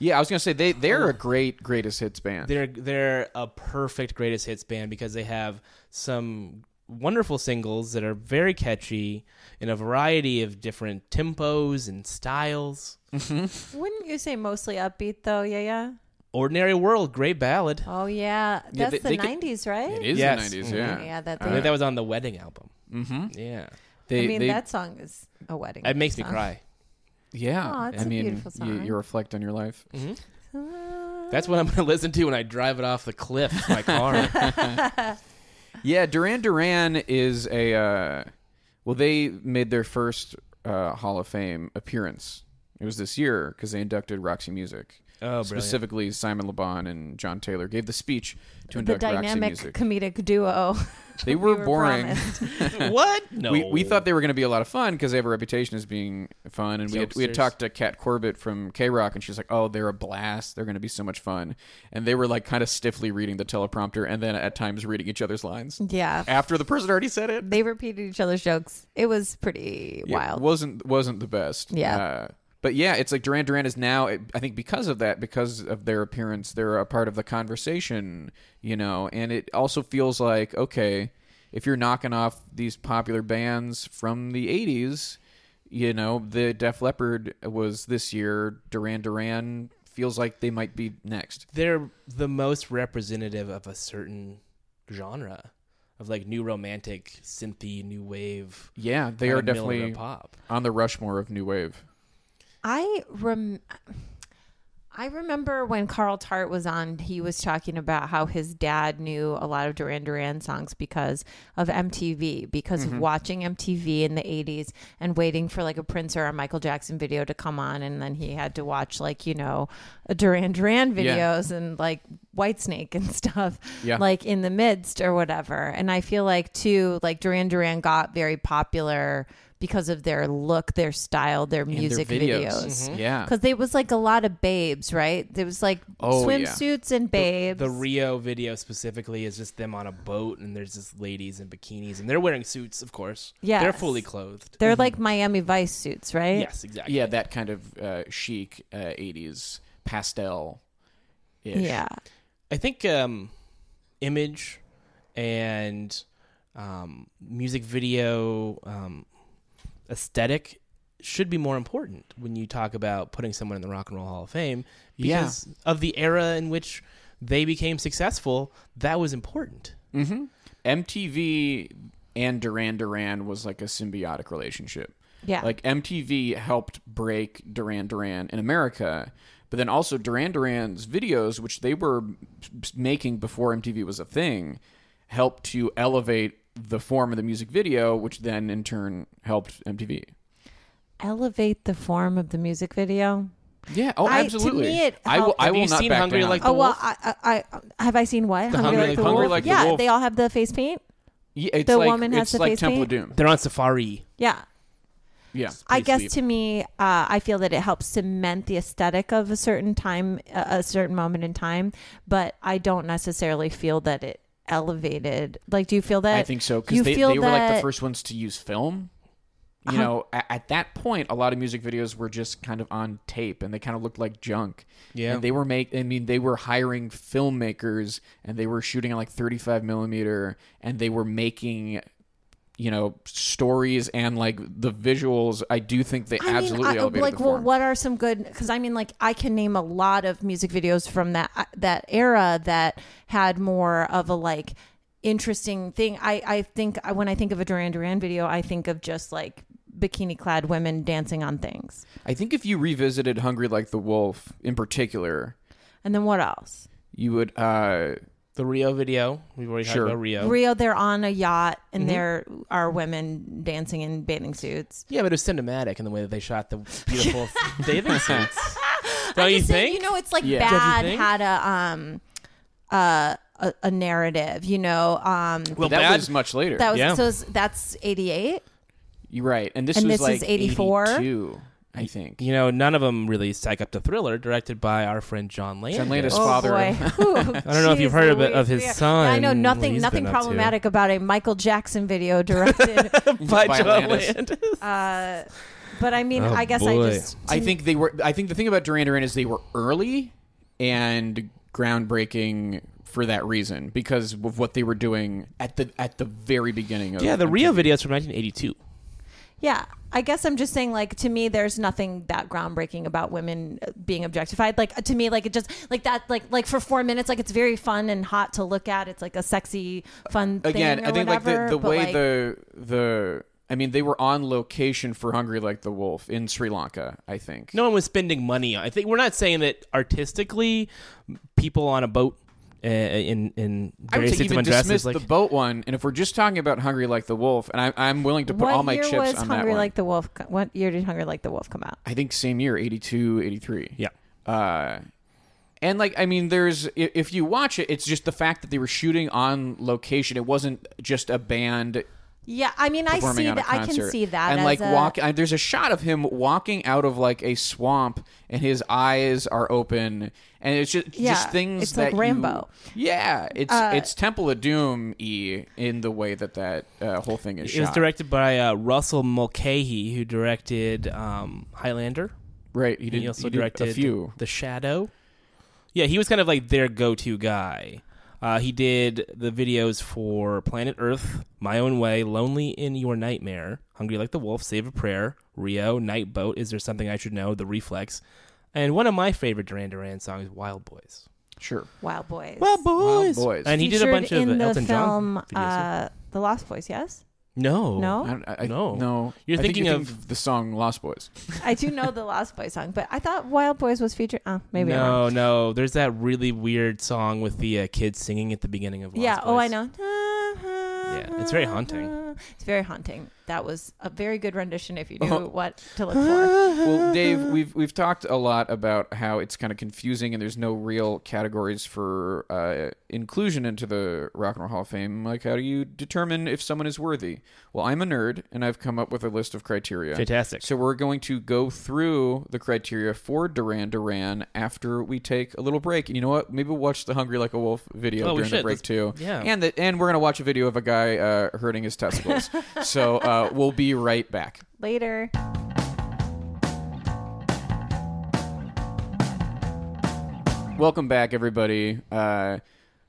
A: yeah, I was gonna say they
B: Oh.
A: they're a great greatest hits band.
C: They're they're a perfect greatest hits band because they have some wonderful singles that are very catchy in a variety of different tempos and styles.
B: *laughs* Wouldn't you say mostly upbeat though? Yeah, yeah.
C: Ordinary World, great ballad.
B: Oh yeah, that's
A: they-
B: the
A: they could-
B: '90s, right?
A: It is
C: Yes.
A: the 90s,
C: Mhm.
A: yeah.
B: Yeah, that.
C: I think that was on the wedding album. Mm-hmm. Yeah,
A: They,
B: I mean,
A: they-
B: that song is a wedding.
C: it makes me
B: song. *laughs*
C: cry.
A: yeah.
B: Aw, it's
A: I
B: a
A: mean,
B: beautiful
A: You,
B: song.
A: you reflect on your life.
C: That's what I'm going to *laughs* listen to when I drive it off the cliff in my
B: *laughs*
C: car.
A: Yeah, Duran Duran is a uh, well, they made their first uh, Hall of Fame appearance. It was this year because they inducted Roxy Music.
C: Oh, brilliant.
A: specifically Simon LeBon and John Taylor gave the speech to
B: The
A: induct Roxy
B: dynamic *laughs*
A: Music.
B: comedic duo. *laughs*
A: They were,
B: were
A: boring.
B: promised.
C: what? No.
A: We, we thought they were going to be a lot of fun because they have a reputation as being fun. And we had, we had
C: Jokesters.
A: talked to Kat Corbett from K Rock, and she's like, "Oh, they're a blast. They're going to be so much fun." And they were like kind of stiffly reading the teleprompter, and then at times reading each other's lines
B: yeah,
A: after the person already said it.
B: they repeated each other's jokes. It was pretty
A: Yeah,
B: wild.
A: wasn't wasn't the best.
B: Yeah.
A: Uh, but yeah, it's like Duran Duran is now. I think because of that, because of their appearance, they're a part of the conversation, you know. And it also feels like okay, if you're knocking off these popular bands from the 80s, you know, the Def Leppard was this year, Duran Duran feels like they might be next.
C: they're the most representative of a certain genre of like new romantic, synthy, new wave.
A: Yeah, they
C: kinda
A: are
C: middle of the
A: definitely
C: pop.
A: on the Rushmore of new wave.
B: I rem I remember when Carl Tart was on, he was talking about how his dad knew a lot of Duran Duran songs because of MTV, because
A: Mm-hmm.
B: of watching MTV in the 80s and waiting for like a Prince or a Michael Jackson video to come on. And then he had to watch like, you know, a Duran
A: Yeah.
B: Duran videos and like Whitesnake and *laughs* stuff,
A: Yeah.
B: like in the midst or whatever. And I feel like too, like Duran Duran got very popular because of their look, their style, their
A: And their Mm-hmm.
B: music videos.
C: Mm-hmm.
A: Yeah.
B: Because it was like a lot of babes, right? There was like
A: Oh, yeah.
B: swimsuits and babes.
C: The Rio video specifically is just them on a boat, and there's just ladies in bikinis, and they're wearing suits, of course. they're
B: Yes.
C: fully clothed.
A: mm-hmm.
B: They're like Miami Vice suits, right?
C: yes, exactly.
A: Yeah, that kind of uh, chic uh, 80s pastel.
B: Yeah.
C: I think um, image and um, music video um, aesthetic should be more important when you talk about putting someone in the Rock and Roll Hall of Fame
A: Yeah.
C: because of the era in which they became successful. That was important.
A: MTV and Duran Duran was like a symbiotic relationship.
B: Yeah.
A: Like MTV helped break Duran Duran in America, but then also Duran Duran's videos, which they were making before MTV was a thing, helped to elevate the form of the music video, which then in turn helped MTV.
B: Elevate the form of the music video.
A: Yeah. Oh,
B: I- to
A: absolutely.
B: me it
A: I will.
B: helped-
A: I
C: Have
A: will
C: you
A: not
C: seen
A: back
C: Hungry
A: down.
C: Like the
B: oh well,
C: Wolf?
B: I, I, I have I seen what
C: Hungry Like the Wolf?
A: Like the
B: yeah,
A: Wolf.
B: they all have the face paint.
A: Yeah, it's
B: the
A: like,
B: woman has
A: it's
B: the
A: like
B: face
A: Temple of
B: paint?
A: Doom.
C: They're on safari.
B: Yeah.
A: Yeah.
B: I
A: Please
B: guess
A: leave.
B: to me, uh, I feel that it helps cement the aesthetic of a certain time, a a certain moment in time. But I don't necessarily feel that it elevated. Like, do you feel that?
A: I think so
B: you
A: because they,
B: feel
A: they were like the
B: that- Uh-huh.
A: first ones to use film. You know, at, at that point, a lot of music videos were just kind of on tape, and they kind of looked like junk.
C: Yeah.
A: and they were make. I mean, they were hiring filmmakers, and they were shooting on like thirty-five millimeter, and they were making, you know, stories and like the visuals. I do think they
B: I
A: absolutely
B: mean, I-
A: elevated
B: like,
A: the
B: well,
A: form.
B: what are some good? Because I mean, like, I can name a lot of music videos from that uh, that era that had more of a like interesting thing. I I think I- when I think of a Duran Duran video, I think of just like bikini clad women dancing on things.
A: I think if you revisited "Hungry Like the Wolf" in particular,
B: And then what else?
A: you would. uh
C: The Rio video. We've already
A: Sure.
C: talked about Rio.
B: Rio, they're on a yacht
A: Mm-hmm.
B: and there are women dancing in bathing suits.
C: yeah, but it was cinematic in the way that they
B: *laughs*
C: shot the beautiful bathing suits. Don't
B: I
C: you
B: just
C: think?
B: You know, it's like
A: Yeah.
B: Bad
C: Don't you think?
B: had a um uh a, a narrative. You know, um
C: well,
A: that
C: bad-
A: was much later.
B: that was
C: Yeah.
B: so. it's- That's eighty eight.
A: You're right, and this
B: And
A: was
B: this
A: like
B: is 84?
A: 82, I think.
C: you know, none of them really psych up to Thriller, directed by our friend John Landis.
A: John Landis.
B: Oh
A: father. *laughs*
B: boy! Ooh,
C: I don't know if
B: geez
C: you've heard of, it- of
B: Louise.
C: his
B: Yeah,
C: son.
B: I know
C: what
B: nothing,
C: he's
B: nothing
C: been up to.
B: problematic about a Michael Jackson
A: *laughs*
B: video directed,
C: by
A: By
C: John
A: Landis.
C: Landis.
B: uh, but I mean,
C: Oh,
B: I guess I
C: boy.
B: just
A: I think they were. I think the thing about Duran Duran is they were early and groundbreaking for that reason because of what they were doing at the at the very beginning. of
C: *laughs* Yeah, the
A: MTV.
C: Rio videos from 1982.
B: Yeah, I guess I'm just saying, like, to me, there's nothing that groundbreaking about women uh, being objectified. Like, uh, to me, like, it just, like, that, like, like for four minutes, like, it's very fun and hot to look at. It's like a sexy, fun
A: Again,
B: thing. or
A: I think
B: whatever,
A: like the the
B: but,
A: way
B: like,
A: the the. I mean, they were on location for "Hungry Like the Wolf" in Sri Lanka. I think.
C: No one was spending money. on I think we're not saying that artistically, people on a boat uh, in in
A: I would
C: various
A: say
C: states of
A: even dismiss
C: undress like
A: the boat one, and if we're just talking about "Hungry Like the Wolf," and I, I'm willing to put
B: what
A: all my
B: year
A: chips
B: was
A: on that
B: Hungry
A: one.
B: Like the Wolf? co- What year did Hungry Like the Wolf come out?
A: I think same year, 82, 83.
C: Yeah.
A: Uh, and like, I mean, there's, i- if you watch it, it's just the fact that they were shooting on location. It wasn't just a band
B: Yeah, I mean, I
A: performing
B: see
A: on a
B: that. I
A: concert.
B: can see that.
A: And
B: as
A: like,
B: a,
A: walk, I, there's a shot of him walking out of like a swamp and his eyes are open. And it's just,
B: Yeah,
A: just things
B: it's
A: that
B: like Rambo. Uh,
A: You, yeah. It's, it's Temple of Doom E in the way that that uh, whole thing is
C: it was
A: shot.
C: directed by uh, Russell Mulcahy, who directed um, Highlander.
A: right. He, did,
C: he also
A: he did
C: directed
A: a few.
C: The Shadow. Yeah, he was kind of like their go-to guy Uh, he did the videos for Planet Earth, My Own Way, Lonely in Your Nightmare, Hungry Like the Wolf, Save a Prayer, Rio, Night Boat, Is There Something I Should Know, The Reflex. And one of my favorite Duran Duran songs, Wild Boys.
A: Sure.
B: Wild Boys.
C: Wild Boys.
A: Boys.
C: And he did a
B: Featured
C: bunch of
B: in the
C: Elton
B: film,
C: John videos.
B: uh, The Lost Boys. Yes.
C: no.
B: No.
A: Oh, I, don't- I, I-
C: No.
A: no.
C: You're
A: I think
C: thinking of-
A: the song Lost Boys.
B: *laughs* I do know the Lost Boys song, but I thought Wild Boys was featured. Oh, maybe I'm wrong.
C: No, no. There's that really weird song with the uh, kids singing at the beginning of Lost
B: yeah. Oh, I
C: Boys.
B: know.
C: Yeah, it's very haunting.
B: It's very haunting. That was a very good rendition. If you knew
A: Oh.
B: what to
A: *gasps*
B: look for,
A: well,
C: *laughs*
A: Dave, we've we've talked a lot about how it's kind of confusing and there's no real categories for uh, inclusion into the Rock and Roll Hall of Fame. Like, how do you determine if someone is worthy? Well, I'm a nerd and I've come up with a list of criteria.
C: Fantastic.
A: So we're going to go through the criteria for Duran Duran after we take a little break. And you know what? Maybe we'll watch the Hungry Like a Wolf video
C: Oh, we
A: during the
C: should.
A: break
C: Let's-
A: too.
C: yeah.
A: And the, and we're gonna watch a video of a guy uh, hurting his
C: *laughs*
A: testicles. so uh, we'll be right back.
B: later.
A: Welcome back, everybody. Uh,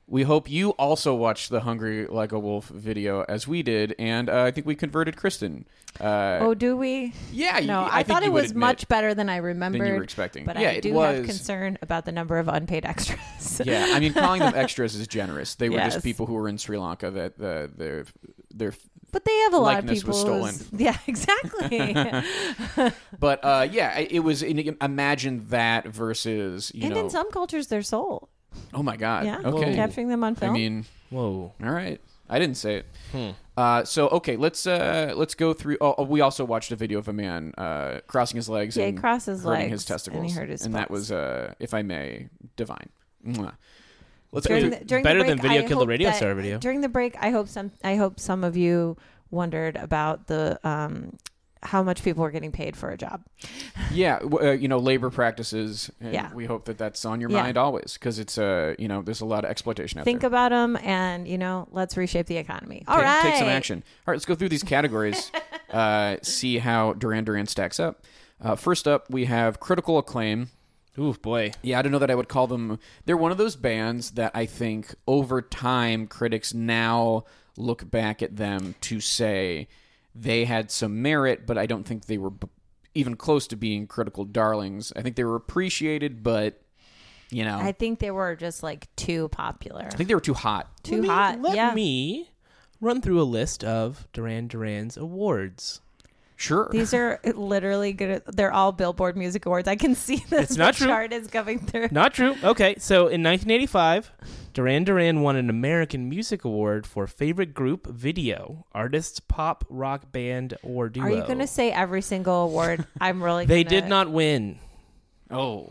A: we hope you also watched the Hungry Like a Wolf video as we did, and uh, I think we converted Kristen. Uh,
B: Oh, do we?
A: yeah, you-
B: No,
A: I
B: I,
A: think
B: thought
A: you
B: it
A: would
B: was
A: admit
B: much better than I remembered.
A: expecting.
B: But
A: Yeah,
B: I
A: it
B: do
A: was.
B: have concern about the number of unpaid extras.
A: yeah, I mean, calling them extras is generous. They were just
B: Yes.
A: people who were in Sri Lanka that uh, their their.
B: *laughs* But they have a lot of
A: Likeness
B: people.
A: was
B: who's-
A: stolen.
B: *laughs* Yeah, exactly.
A: But uh, yeah, it was. Imagine that versus *laughs* you
B: and
A: know.
B: in some cultures, they're sold.
A: oh my god.
B: Yeah,
A: Okay.
B: capturing them on
A: I
B: film.
A: mean,
C: Whoa.
A: All right. I didn't say it. Uh, so okay, let's uh, let's go through. Oh, oh, we also watched a video of a man uh, crossing his legs.
B: Yeah, he
A: and
B: crossed his
A: hurting
B: legs
A: his testicles,
B: and he hurt his
A: and that
B: balls.
A: was, uh, if I may, divine. Mwah. Let's go.
B: during
A: through-
B: the, during
C: Better
B: the
C: than
B: break,
C: Video
B: I
C: Killed the
B: hope
C: Radio
B: that-
C: Star video.
B: During the break, I hope some I hope some of you wondered about the um, how much people were getting paid for a job.
A: yeah, w- uh, you know, labor practices. And
B: Yeah.
A: we hope that that's on your
B: Yeah.
A: mind always because it's uh, you know, there's a lot of exploitation out
B: Think
A: there.
B: about them, and you know, let's reshape the economy. All
A: Ta-
B: right,
A: take some action. All right, let's go through these
B: *laughs*
A: categories. uh, see how Duran Duran stacks up. Uh, first up, we have critical acclaim.
C: Ooh, boy.
A: Yeah, I don't know that I would call them. They're one of those bands that I think over time critics now look back at them to say they had some merit, but I don't think they were b- even close to being critical darlings. I think they were appreciated, but you know,
B: I
A: I,
B: think they were just like too popular,
A: think they were too hot.
B: too hot.
C: Let
B: yeah,
C: me run through a list of Duran Duran's awards.
A: Sure.
B: these are literally good. They're all Billboard Music Awards. I can see *laughs* this.
C: It's not
B: the
C: true.
B: chart is coming through.
C: Not true. Okay, so in 1985, Duran Duran won an American Music Award for Favorite Group Video, Artist, Pop, Rock, Band, or Duo.
B: Are you going to say every single
C: *laughs*
B: award? I'm really.
C: They
B: gonna-
C: did not win.
A: oh.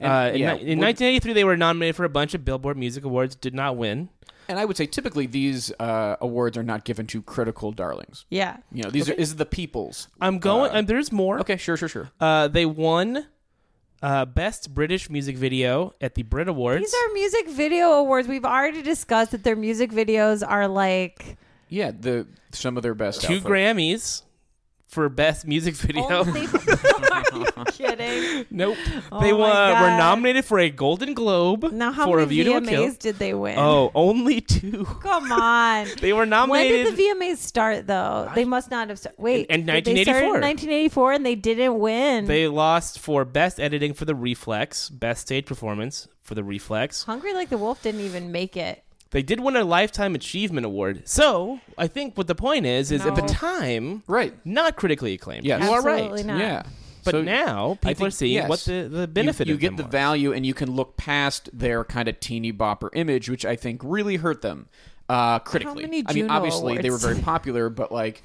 A: And,
C: Uh, in,
A: yeah,
C: ni- in
A: would-
C: 1983, they were nominated for a bunch of Billboard Music Awards, did not win.
A: and I would say typically these uh, awards are not given to critical darlings.
B: Yeah.
A: You know, these are is the people's.
C: I'm going.
A: Uh,
C: um, there's more.
A: okay, sure, sure, sure.
C: Uh, they won uh, Best British Music Video at the Brit Awards.
B: These are music video awards. We've already discussed that their music videos are like
A: Yeah, the some of their best.
C: two
A: outfits.
C: Grammys for
B: *laughs*
C: Best Music
B: Oh
C: Video.
B: only. *laughs* are you kidding?
C: *laughs* nope.
B: Oh
C: they
B: my
C: were, were
B: God.
C: nominated for a Golden Globe
B: Now, how
C: for A
B: many
C: View to a Kill.
B: VMAs did they win?
C: Oh, only two. *laughs*
B: come on.
C: They were
B: When did
C: nominated.
B: the VMAs start, though? They must not have started. Wait,
C: In- in
B: did They started
C: 1984.
B: in 1984, and they didn't win.
C: they lost for Best Editing for The Reflex, Best Stage Performance for The Reflex.
B: Hungry Like the Wolf didn't even make it.
C: They did win a Lifetime Achievement Award. So I think what the point is is at the
B: No.
C: time,
A: Right.
C: not critically acclaimed.
A: Yes.
C: you are
B: Absolutely
C: right.
B: not.
A: Yeah.
C: But
A: So
C: now
A: I
C: people
A: think-
C: are seeing
A: yes.
C: what the, the benefit
A: you, you
C: of
A: get
C: them
A: the
C: was.
A: value and you can look past their kind of teeny bopper image which i think really hurt them uh, critically
B: many
A: i mean
B: Juno
A: obviously they were
B: awards?
A: very popular but like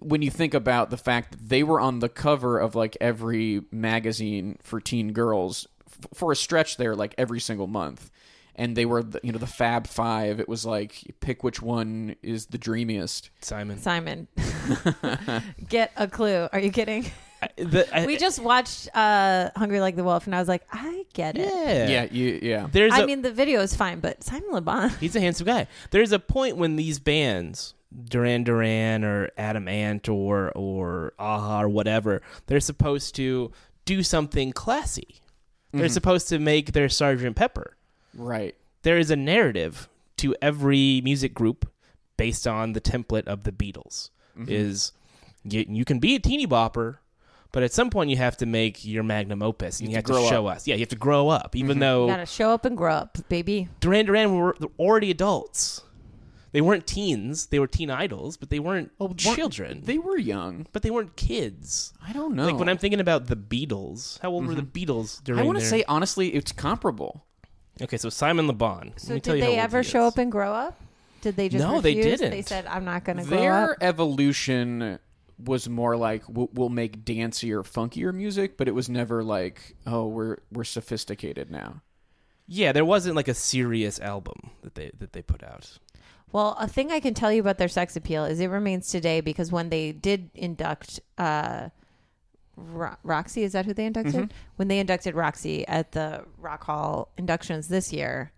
A: when you think about the fact that they were on the cover of like every magazine for teen girls f- for a stretch there like every single month and they were the, you know the fab five it was like pick which one is the dreamiest
C: Simon. *laughs*
B: Simon, get a clue. Are you kidding?
C: I- the- I-
B: We just watched uh, Hungry Like the Wolf, and I was like, I get it.
C: yeah.
A: yeah you, yeah
C: There's
B: I
C: a-
B: mean, the video is fine, but Simon Le Bon.
C: He's a handsome guy. There's a point when these bands, Duran Duran or Adam Ant or or Aha or whatever, they're supposed to do something Mm-hmm. classy. They're supposed to make their Sergeant Pepper.
A: right
C: There is a narrative to every music group based on the template of the Beatles. Is you, you can be a teeny bopper, but at some point you have to make your magnum opus and you, have to, Mm-hmm.
A: grow
C: show us. Yeah, you have to grow up, even though
B: Gotta show up and grow up, baby.
C: Duran Duran were they're already adults. They weren't teens; they were teen idols, but they weren't
B: Oh,
C: children.
A: They were young.
C: but they weren't kids.
A: I don't know.
C: Like when I'm thinking about the Beatles, how old were
B: Mm-hmm.
C: the Beatles during?
A: I want to
C: their-
A: say honestly, it's comparable.
C: okay, so Simon Le Bon.
B: So did they ever show up and grow up? Did they just
C: No, they
B: refuse? They
C: didn't.
B: said, "I'm not going to grow
A: Their
B: up."
A: evolution was more like we'll, we'll make dancier, funkier music, but it was never like oh we're we're sophisticated now.
C: yeah, there wasn't like a serious album that they that they put out.
B: Well, a thing I can tell you about their sex appeal is it remains today because when they did induct uh, Ro- Roxy, is that who they inducted? When they inducted Roxy at the Rock Hall inductions this year,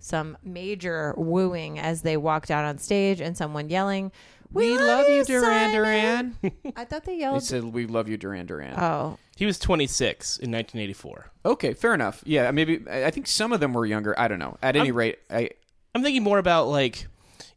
B: some major wooing as they walked out on stage and someone yelling, "We, love, you, Duran
A: Duran.
B: I thought they
A: They
B: yelled.
A: said we love you, Duran Duran.
B: oh,
C: He was 26 in 1984.
A: okay, fair enough. Yeah, maybe I I think some of them were younger. I don't know. At any rate, I
C: I'm thinking more about like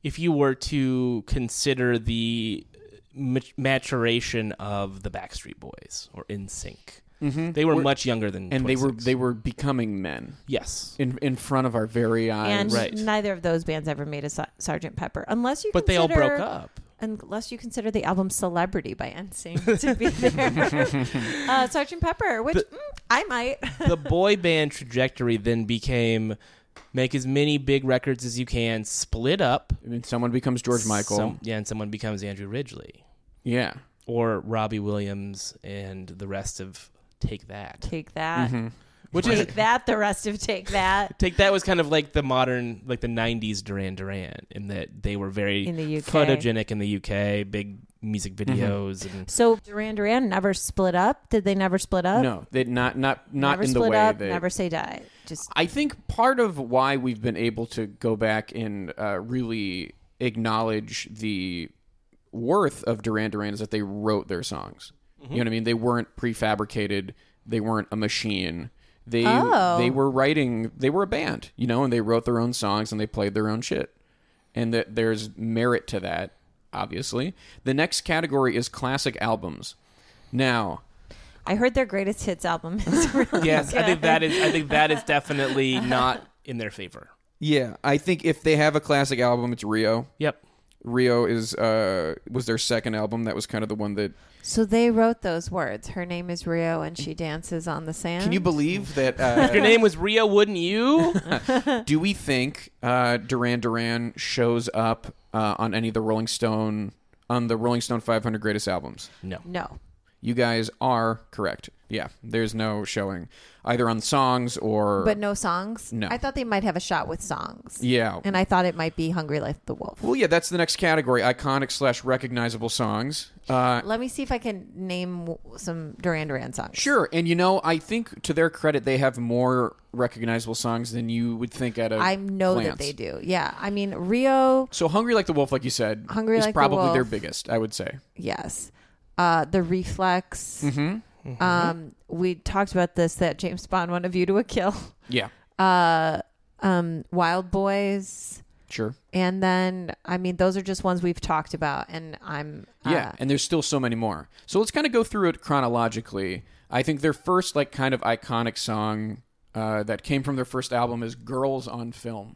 C: if you were to consider the mat- maturation of the Backstreet Boys or In Sync. They were, much younger than
A: Mm-hmm. and they were
C: 26.
A: they were becoming men
C: yes,
A: in in front of our very eyes.
B: and
C: Right.
B: neither of those bands ever made a Sa- Sergeant Pepper, unless you.
C: but they all broke
B: consider-
C: up.
B: unless you consider the album "Celebrity" by NSYNC
A: *laughs*
B: to be there. uh, Sergeant Pepper, which mm, I might.
A: *laughs*
C: the boy band trajectory then became make as many big records as you can, split up.
A: I mean, someone becomes George Michael.
C: Some- yeah, and someone becomes Andrew Ridgely
A: yeah.
C: or Robbie Williams and the rest of Take That.
B: Take that.
A: Mm-hmm.
C: Which is
B: Take that. The rest of Take That.
C: Take That was kind of like the modern like the 90s Duran Duran in that they were very
B: In the Mm-hmm. UK.
C: photogenic in the UK, big music videos
B: *laughs*
C: and
B: So Duran Duran never split up. Did they never split up?
A: No, they not not not
B: Never
A: in the
B: split
A: way
B: up.
A: they
B: Never say die. Just
A: I think part of why we've been able to go back and uh, really acknowledge the worth of Duran Duran is that they wrote their songs. You know what I mean? They weren't prefabricated. They weren't a machine. They
B: Oh.
A: they were writing. They were a band, you know, and they wrote their own songs and they played their own shit. And that there's merit to that, obviously. The next category is classic albums. Now,
B: I heard their greatest hits album. Is *laughs* really
C: Yes, I think
B: good.
C: that is I think that is
B: *laughs*
C: definitely not in their favor.
A: yeah, I think if they have a classic album, it's Rio.
C: Yep.
A: Rio is uh was their second album. That was kind of the one that.
B: So they wrote those words. Her name is Rio, and she dances on the sand.
A: Can you believe that? Uh,
B: *laughs*
C: Your name was Rio, wouldn't you?
A: do we think uh, Duran Duran shows up uh, on any of the Rolling Stone on the Rolling Stone 500 greatest albums?
C: no.
B: No.
A: You guys are correct. Yeah, there's no showing either on songs or.
B: But no songs.
A: No.
B: I thought they might have a shot with songs.
A: Yeah.
B: And I thought it might be "Hungry Like the Wolf."
A: well, yeah, that's the next category: iconic slash recognizable songs. Uh,
B: Let me see if I can name w- some Duran Duran songs.
A: sure, and you know, I think to their credit, they have more recognizable songs than you would think at a.
B: I know that
A: glance.
B: they do. Yeah, I mean Rio.
A: So hungry like the wolf, like you said,
B: Hungry
A: is
B: Like the
A: probably their
B: Wolf.
A: biggest. I would say.
B: Yes, uh, the Reflex.
A: Mm-hmm.
C: Mm-hmm.
B: Um, we talked about this that James Bond "One of You to a Kill," *laughs*
A: Yeah,
B: uh, um, Wild Boys,
A: sure.
B: and then I mean those are just ones we've talked about, and I'm uh,
A: Yeah, and there's still so many more. So let's kind of go through it chronologically. I think their first like kind of iconic song uh, that came from their first album is "Girls on Film."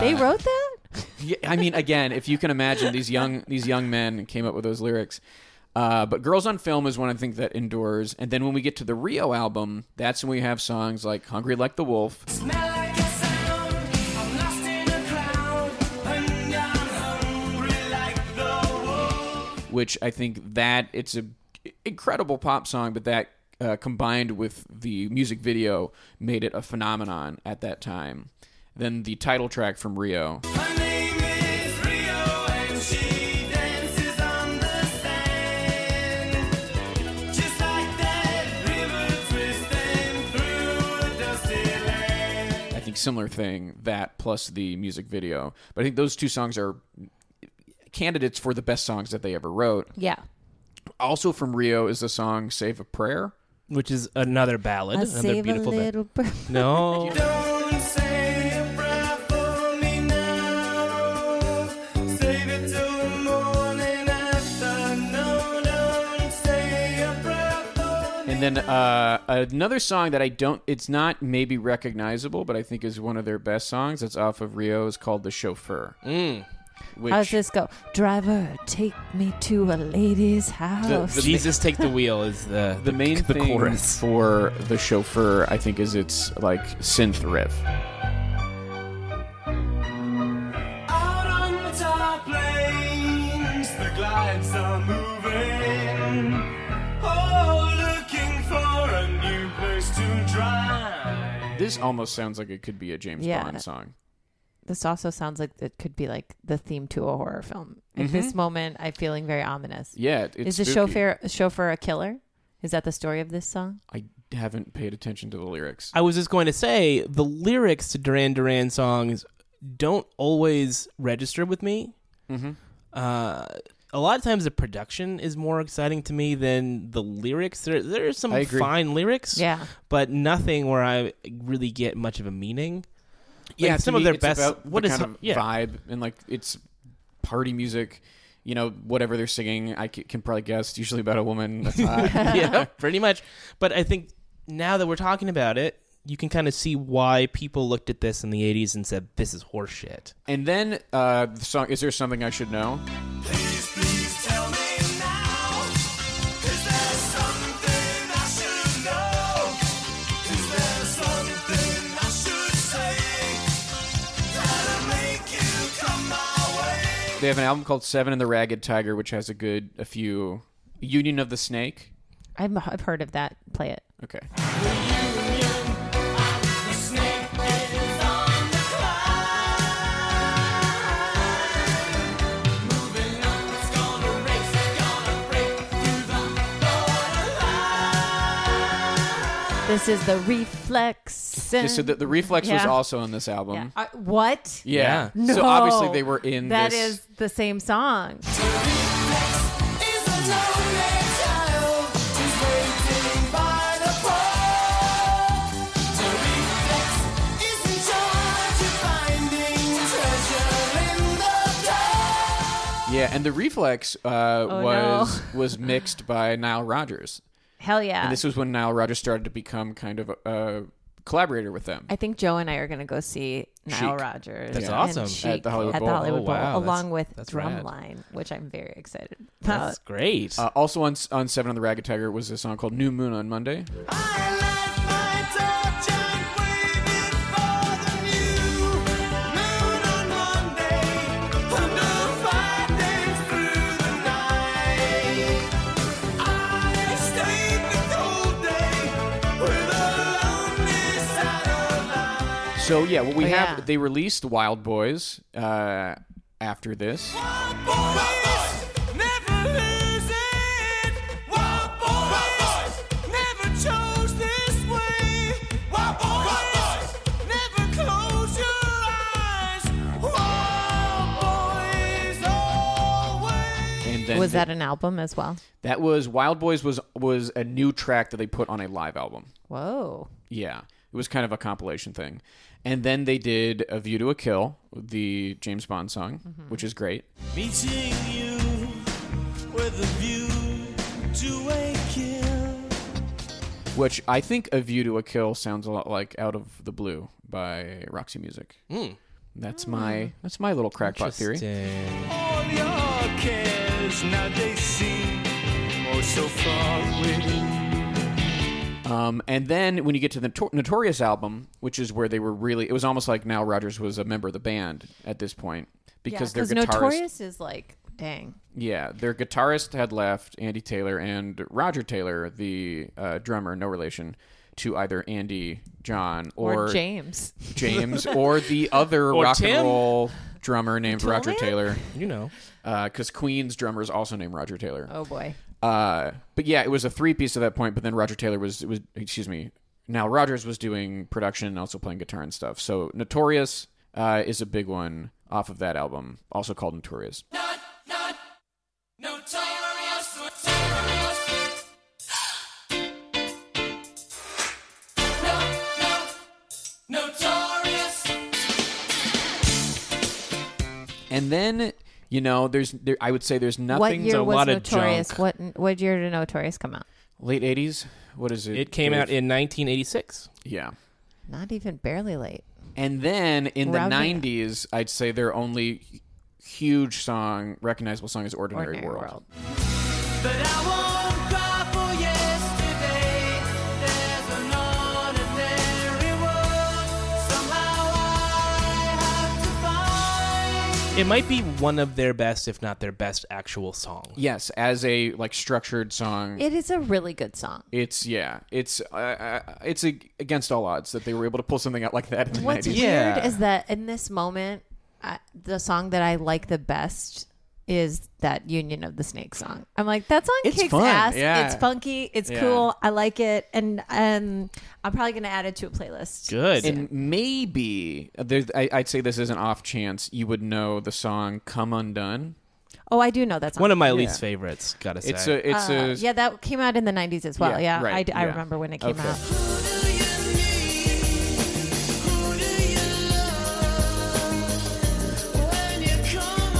B: they wrote that.
A: Yeah, I mean, again, if you can imagine these young these young men came up with those lyrics. Uh, but "Girls on Film" is one I think that endures. And then when we get to the Rio album, that's when we have songs like "Hungry Like the Wolf." which I think that it's a incredible pop song, but that uh, combined with the music video made it a phenomenon at that time. Then the title track from Rio, I think similar thing. That plus the music video, but I think those two songs are candidates for the best songs that they ever wrote.
B: Yeah,
A: Also from Rio is the song "Save a Prayer."
C: which is another ballad,
B: I
C: another
B: save a
C: beautiful ballad.
B: little bird. *laughs*
C: No,
D: Don't say a prayer for me now. Save it till morning after. No, don't say a prayer for me.
A: And then uh, another song that I don't, it's not maybe recognizable, but I think is one of their best songs. That's off of Rio is called The Chauffeur.
C: Mm.
A: Which
B: How's this go? Driver, take me to a lady's house.
C: Jesus take the wheel is the
A: the main
C: the
A: thing *laughs*
C: chorus.
A: for The Chauffeur, I think, is its like synth riff.
D: Out on the top lanes, the glides are moving. Oh, looking for a new place to drive.
A: This almost sounds like it could be a James
B: Yeah.
A: Bond song.
B: this also sounds like it could be like the theme to a horror film. At this moment, I'm feeling very ominous.
A: Yeah, it- Mm-hmm. it's
B: is the
A: spooky.
B: chauffeur chauffeur a killer? Is that the story of this song?
A: I haven't paid attention to the lyrics.
C: I was just going to say the lyrics to Duran Duran songs don't always register with me. Uh, a lot of times the production is more exciting to me than the lyrics. There, there are some
A: I agree.
C: fine lyrics,
B: Yeah.
C: but nothing where I really get much of a meaning.
A: Like,
C: yeah,
A: to
C: some
A: me,
C: of their
A: it's
C: best.
A: about
C: what
A: the
C: is
A: kind of
C: yeah.
A: *laughs* vibe and like it's party music. You know, whatever they're singing, I c- can probably guess. Usually about a woman.
C: *laughs*
A: That's hot.
C: *laughs* yeah, pretty much. But I think now that we're talking about it, you can kind of see why people looked at this in the '80s and said, "This is horseshit."
A: and then uh, the song. Is there something I should know?
D: Please, please tell me now. Is there something I should know? Is there something I should say that'll make you come my way?
A: They have an album called Seven and the Ragged Tiger, which has a good a few. Union of the Snake.
B: I've, I've heard of that. Play it.
A: Okay.
D: The snake is on the climb. Moving on, it's gonna race, gonna break through the borderline.
B: This is the reflex. and-
A: So the, the Reflex was
B: Yeah.
A: also on this album.
B: Yeah. Uh, what?
A: Yeah.
C: Yeah.
A: So
B: No.
A: obviously they were in
B: That
A: this.
B: is the same song.
D: Is a lonely child who's waiting by the pole. To reflex is in charge of finding treasure in the dark.
A: Yeah, and the Reflex uh,
B: Oh, no.
A: was
B: *laughs*
A: was mixed by Nile Rodgers,
B: Hell yeah.
A: and this was when Nile Rodgers started to become kind of a, a collaborator with them.
B: I think Joe and I are going to go see Nile
A: Chic.
B: Rodgers.
C: That's
B: and
C: awesome.
B: Chic
A: At the Hollywood
B: at the
A: Bowl.
C: Oh,
B: Hollywood Bowl,
C: wow.
B: along
C: That's-
B: with
C: that's rad.
B: Drumline, which I'm very excited about.
C: That's great.
A: Uh, also on on Seven on the Ragged Tiger was a song called New Moon on Monday.
D: I let my touch and waited for the new moon on Monday. Under five days through the night. I stayed the cold day with a lonely satellite.
A: So yeah, what we
B: Oh,
A: have
B: yeah.
A: they released Wild Boys uh, after this.
D: Wild boys, never lose it. Wild boys, never chose this way. Wild boys, never close your eyes. Wild boys, always.
A: And then
B: was
A: th-
B: that an album as well?
A: that was Wild Boys was was a new track that they put on a live album.
B: Whoa.
A: Yeah, it was kind of a compilation thing. And then they did A View to a Kill, the James Bond song, which is great.
D: Meeting you with a view to a kill.
A: Which I think A View to a Kill sounds a lot like Out of the Blue by Roxy Music.
D: Hmm.
A: That's my that's my little crackpot theory.
C: Interesting.
D: All your cares now they seem oh so far away.
A: Um, and then when you get to the Notor- Notorious album, which is where they were really, it was almost like Nile Rodgers was a member of the band at this point because their guitarist,
B: Notorious is like, dang.
A: yeah, their guitarist had left Andy Taylor and Roger Taylor, the uh, drummer, no relation to either Andy, John,
B: Or,
A: or,
B: James.
A: *laughs* James, or the other
C: Or
A: rock
C: Tim.
A: and roll drummer named Roger Taylor.
C: You know,
A: because Queen's drummer is also named Roger Taylor.
B: Oh boy.
A: Uh, but yeah, it was a three piece at that point. But then Roger Taylor was was excuse me. Now Rogers was doing production and also playing guitar and stuff. So Notorious uh, is a big one off of that album, also called Notorious.
D: Notorious, notorious.
A: And then you know, there's there, I would say there's nothing.
B: what year
C: a
B: was
C: lot of
B: Notorious?
C: junk.
B: What what year did Notorious come out?
A: late '80s. What is it?
C: It came out in 1986.
A: yeah.
B: Not even barely late.
A: And then in the
B: Rounding up.
A: 90s, I'd say their only huge song, recognizable song, is "Ordinary,
B: Ordinary
A: World.
B: World.
D: But I won't cry for yesterday. There's an ordinary world. Somehow I have to find.
C: It might be one of their best, if not their best, actual song.
A: Yes, as a like structured song.
B: It is a really good song.
A: it's yeah, it's uh, uh, it's a, against all odds that they were able to pull something out like that in the
B: What's
A: 90s.
C: Yeah.
B: weird is that in this moment, I, the song that I like the best is that Union of the Snake song. I'm like, that song
A: It's
B: kicks
A: fun,
B: ass.
A: yeah.
B: It's funky. It's
A: Yeah.
B: cool. I like it, and um, I'm probably gonna add it to a playlist.
C: Good.
A: And maybe there, I, I'd say this is an off chance you would know the song "Come Undone."
B: Oh, I do know that song.
C: one of my least favorites, gotta say.
A: It's a it's
B: Uh,
A: a
B: yeah, that came out in the 90s as well.
A: Yeah,
B: Yeah,
A: right,
B: I d- I,
A: yeah.
B: remember when it came
A: Okay.
B: out.
D: Who do you need? Who do you love? When you come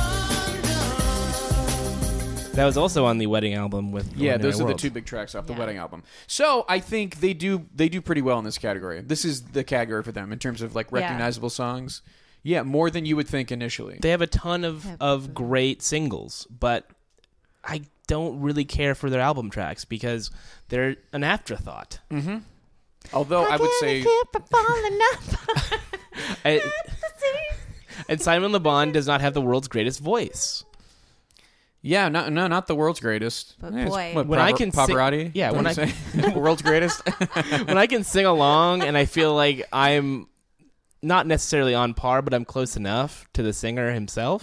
D: undone.
C: that was also on the wedding album with.
A: Yeah,
C: Ordinary
A: those are
C: World.
A: the two big tracks off the
B: Yeah.
A: wedding album. So I think they do they do pretty well in this category. This is the category for them in terms of like
B: Yeah.
A: recognizable songs. Yeah, more than you would think initially.
C: They have a ton of of great singles, but I don't really care for their album tracks because they're an afterthought.
A: Mm, Although I would say
B: Keep from falling up.
A: *laughs*
C: I- and Simon Le Bon does not have the world's greatest voice.
A: yeah, no, no, not the world's greatest.
B: But
A: Yeah, it's-
B: boy.
A: what,
C: When I
A: Pavar-
C: can sing-
A: Pavarotti.
C: yeah,
A: What
C: when
A: do
C: I-
A: you
C: *laughs*
A: say? world's greatest.
C: when I can sing along and I feel like I'm not necessarily on par, but I'm close enough to the singer himself,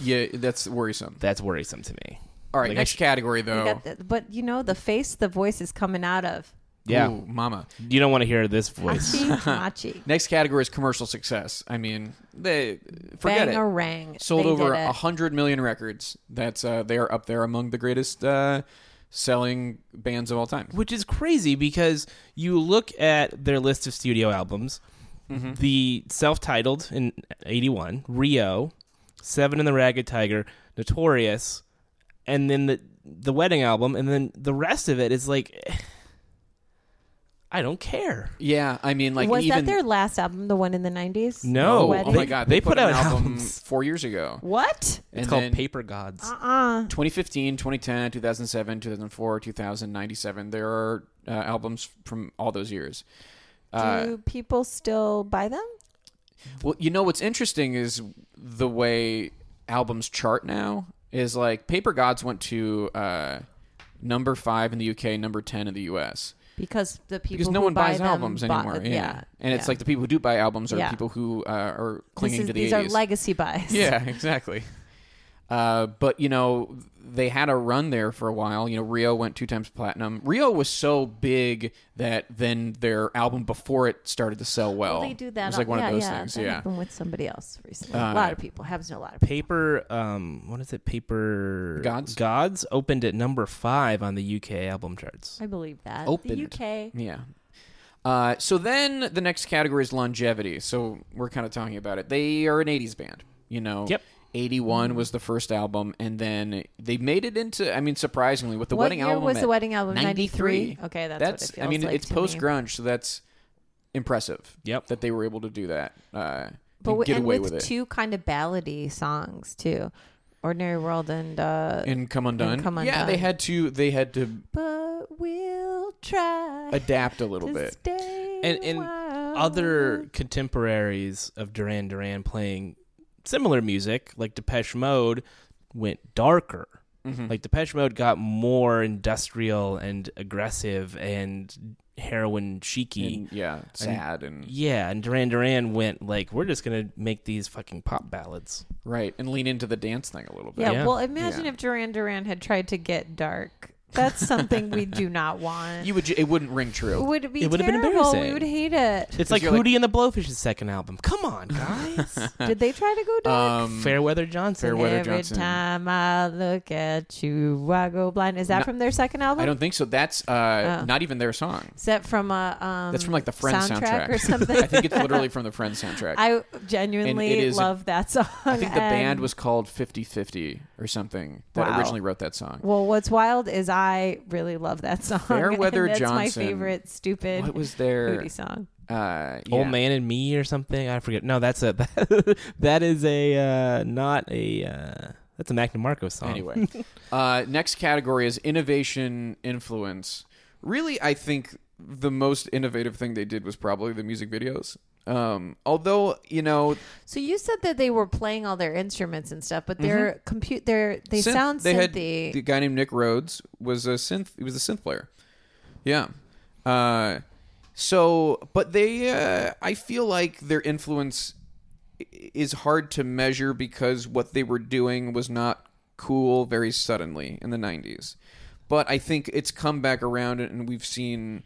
A: *laughs* yeah, that's worrisome.
C: that's worrisome to me.
A: All right,
C: Like, I
A: next
C: sh-
A: category though.
B: You got the- but you know, the face the voice is coming out of.
C: Yeah.
A: Ooh, mama.
C: You don't want to hear this voice.
B: Achi Machi.
A: Next category is commercial success. I mean, they *laughs* forget
B: Bang
A: it.
B: a rang.
A: sold
B: They
A: over
B: did it.
A: a hundred million records. That's uh, they are up there among the greatest uh, selling bands of all time.
C: Which is crazy because you look at their list of studio albums,
A: Mm-hmm.
C: the self titled in 81, Rio, Seven and the Ragged Tiger, Notorious, and then the, the wedding album, and then the rest of it is like, *sighs* I don't care.
A: Yeah, I mean, like
B: was
A: even
B: that their last album, the one in the 90s?
C: No.
B: The
A: oh,
B: Wedding?
A: my god, they, put, out an album
C: albums.
A: four years ago.
B: What?
C: It's
A: And
C: called
A: then
C: Paper Gods.
B: Uh-uh.
A: 2015, 2010, 2007, 2004, 2097. There are uh, albums from all those years. Uh,
B: Do people still buy them?
A: Well, you know what's interesting is the way albums chart now is like Paper Gods went to uh, number five in the UK, number ten in the US.
B: Because the people
A: because no
B: who
A: one
B: buy
A: buys
B: them
A: albums
B: bought-
A: anymore.
B: yeah.
A: yeah. and it's
B: yeah.
A: like the people who do buy albums are
B: Yeah.
A: people who uh, are
B: This
A: clinging
B: is-
A: to the
B: these
A: 80s.
B: are legacy
A: *laughs*
B: buys.
A: yeah, exactly. Uh, but you know, they had a run there for a while. You know, Rio went two times platinum. Rio was so big that then their album before it started to sell well.
B: Well, they do that.
A: It was like
B: on-
A: one
B: yeah,
A: of those
B: yeah,
A: things.
B: That
A: yeah, Uh,
B: happened with somebody else recently. a lot of people happens to a lot of people.
C: Paper, um, what is it? Paper
A: Gods?
C: Gods opened at number five on the UK album charts.
B: I believe that.
A: Opened.
B: The UK.
A: Yeah. Uh, so then the next category is longevity. So we're kind of talking about it. They are an 80s band, you know.
C: Yep.
A: 81 was the first album, and then they made it into, I mean, surprisingly, with the
B: What
A: wedding
B: year
A: album.
B: was
A: at
B: the wedding album?
A: 93.
B: 93? Okay, that's what it
A: I
B: feels
A: mean,
B: like
A: it's
B: to me.
A: post grunge, so that's impressive.
C: Yep.
A: That they were able to do that. Uh,
B: But
A: and
B: w-
A: get
B: and
A: away
B: with,
A: with it.
B: two kind of ballady songs too, "Ordinary World" and uh,
A: and Come Undone.
B: Come
A: Yeah, they
B: Undone.
A: had to, they had
B: *sighs*
A: to
B: "But We'll Try."
A: adapt a little
B: to
A: bit.
B: stay
C: And, and
B: wild. Oh,
C: other contemporaries of Duran Duran playing similar music, like Depeche Mode, went darker.
A: Mm-hmm.
C: Like Depeche Mode got more industrial and aggressive and heroin chicy.
A: And, yeah, sad and
C: yeah, and Duran Duran went like, we're just gonna make these fucking pop ballads.
A: right, and lean into the dance thing a little bit.
B: Yeah,
C: Yeah.
B: well, imagine
A: Yeah.
B: if Duran Duran had tried to get dark That's something we
A: *laughs*
B: do not want.
A: You would. ju- It wouldn't ring
B: it
A: true.
B: would be
C: It
B: it
C: would've been
B: terrible.
C: embarrassing.
B: We would
A: *laughs*
B: hate it.
C: It's like
A: you're like-
C: Hootie and the Blowfish's second album. Come
A: *laughs*
C: on, guys.
B: Did they try to go dark?
A: Um,
C: Fairweather Johnson.
A: Fairweather- Weather
B: Every
A: Johnson.
B: time I look at you, I go blind. Is that
A: No-
B: from their second album?
A: I don't think so. That's uh,
B: Oh.
A: not even their song.
B: Is that from a? Um,
A: That's from like the Friends soundtrack, *laughs*
B: soundtrack, or something?
A: I think it's literally from the Friends soundtrack.
B: *laughs* I
A: And it
B: genuinely
A: is a-
B: love that song.
A: I think the band was called 5050 or something that
B: Wow.
A: originally wrote that song.
B: Well, what's wild is I really love that song. *laughs*
A: Fairweather
B: and that's
A: Johnson.
B: my favorite stupid
A: What was their
B: booty song.
A: uh,
C: Old
A: yeah.
C: Man and Me or something. I forget. No, that's a *laughs* that is a uh, not a uh, that's a Mac DeMarco
B: *laughs*
C: song. *laughs*
A: Anyway, uh, next category is innovation influence. Really, I think the most innovative thing they did was probably the music videos. Um, although you know,
B: So you said that they were playing all their instruments and stuff, but they're
C: Mm-hmm.
B: compute. They're they
A: synth-
B: sound
A: they had
B: synthy.
A: the guy named Nick Rhodes was a synth. He was a synth player. Yeah. Uh, so, but they, uh, I feel like their influence i- is hard to measure because what they were doing was not cool very suddenly in the '90s. But I think it's come back around, and we've seen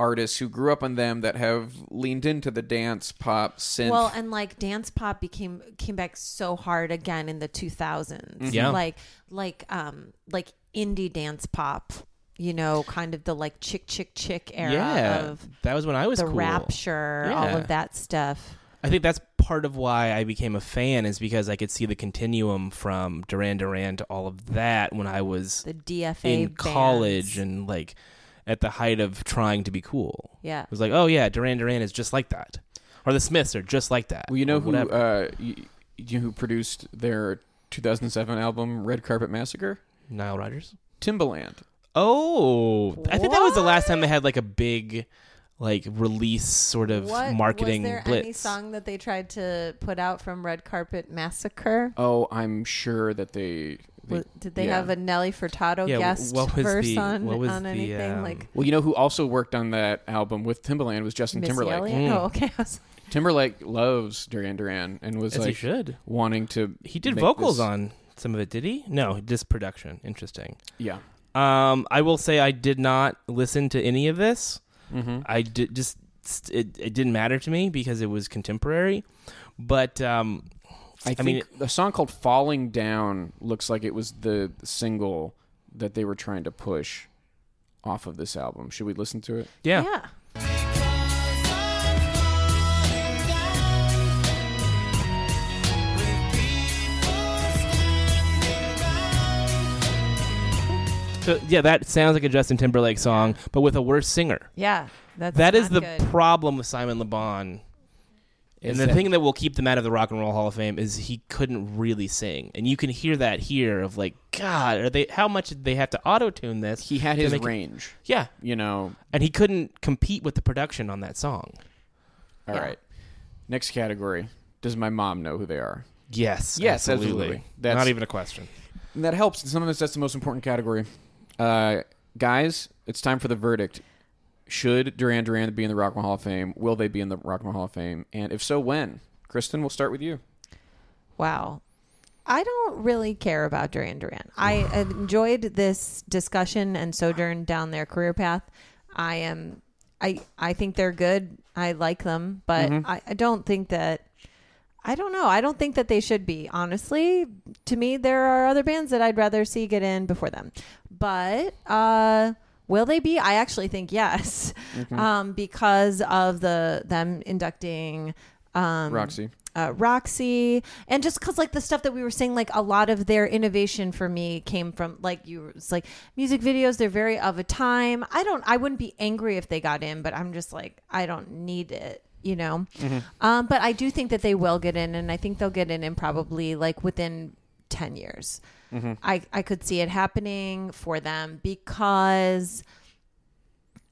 A: artists who grew up on them that have leaned into the dance, pop, synth.
B: Well, and like dance pop became came back so hard again in the 2000s.
C: Yeah.
B: Like like um like indie dance pop, you know, kind of the like chick chick chick era
C: Yeah,
B: of
C: that was when I was
B: the
C: cool.
B: rapture, all
C: Yeah.
B: of that stuff.
C: I think that's part of why I became a fan is because I could see the continuum from Duran Duran to all of that when I was
B: The DFA
C: in
B: bands.
C: college and like at the height of trying to be cool.
B: Yeah.
C: It was like, oh yeah, Duran Duran is just like that, or the Smiths are just like that.
A: Well, you know
C: or
A: who
C: whatever.
A: uh, you, you know who produced their 2007 album Red Carpet Massacre?
C: Nile Rodgers.
A: Timbaland.
C: Oh, I think that was the last time they had like a big, like release sort of
B: What
C: marketing
B: was there
C: blitz.
B: any song that they tried to put out from Red Carpet Massacre?
A: Oh, I'm sure that they. they-
B: Wa- Did they
A: yeah.
B: have a Nelly Furtado
C: Yeah, wh-
B: guest
C: what was
B: verse
C: the-
B: on,
C: what was
B: on
C: the,
B: anything?
C: um,
B: like
A: Well, you know who also worked on that album with Timbaland was Justin
B: Missy
A: Timberlake.
B: Elliott?
C: Mm.
B: Oh, okay. I was-
A: Timberlake loves Duran Duran and was
C: As he
A: like
C: should.
A: wanting to.
C: He did
A: make
C: vocals
A: this-
C: on some of it, did he? No, just production. Interesting.
A: Yeah,
C: Um, I will say I did not listen to any of this. I did just it, it didn't matter to me because it was contemporary. But um,
A: I, think
C: mean-
A: a song called "Falling Down" looks like it was the single that they were trying to push off of this album. Should we listen to it?
C: yeah,
B: yeah.
C: So, yeah, that sounds like a Justin Timberlake song, but with a worse singer.
B: Yeah, that's
C: That is
B: not
C: the
B: good.
C: problem with Simon Le Bon. And
A: Is
C: the
A: that-
C: thing that will keep them out of the Rock and Roll Hall of Fame is he couldn't really sing, and you can hear that here of like, God, are they? How much did they have to auto tune this?
A: He had
C: to
A: his
C: make it-
A: range,
C: yeah,
A: you know.
C: and he couldn't compete with the production on that song.
A: All right. Next category. Does my mom know who they are?
C: Yes,
A: Yes, absolutely. That's-
C: not even a question.
A: And that helps. Sometimes that's the most important category. Uh, guys, it's time for the verdict. Should Duran Duran be in the Rock and Roll Hall of Fame? Will they be in the Rock and Roll Hall of Fame? And if so, when? Kristen, we'll start with you.
C: Mm-hmm.
B: Wow. I don't really care about Duran Duran. I enjoyed this discussion and sojourn down their career path. I am I I think they're good. I like them, but I, I don't think that I don't know. I don't think that they should be. Honestly, to me there are other bands that I'd rather see get in before them. But uh will they be? I actually think yes. Um because of the them inducting um
A: Roxy.
B: uh, Roxy, and just because like the stuff that we were saying, like a lot of their innovation for me came from like you it's like music videos. They're very of a time. I don't. I wouldn't be angry if they got in, but I'm just like I don't need it. You know, um, but I do think that they will get in, and I think they'll get in, and probably like within ten years, I I could see it happening for them because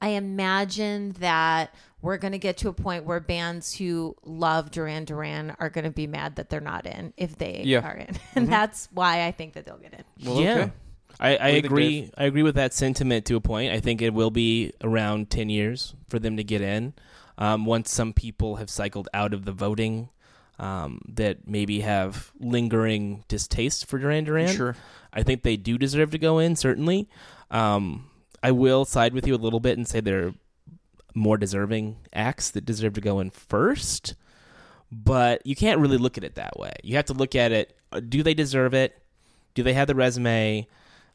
B: I imagine that we're going to get to a point where bands who love Duran Duran are going to be mad that they're not in if they
A: Yeah. Mm-hmm.
B: are in. *laughs* And that's why I think that they'll get in.
A: Well,
C: yeah.
A: okay.
C: I, I
A: do you think,
C: agree.
A: Dave?
C: I agree with that sentiment to a point. I think it will be around ten years for them to get in. Um, once some people have cycled out of the voting, um, that maybe have lingering distaste for Duran Duran.
A: Sure.
C: I think they do deserve to go in. Certainly, Um, I will side with you a little bit and say there are more deserving acts that deserve to go in first, but you can't really look at it that way. You have to look at it: uh, do they deserve it? Do they have the resume?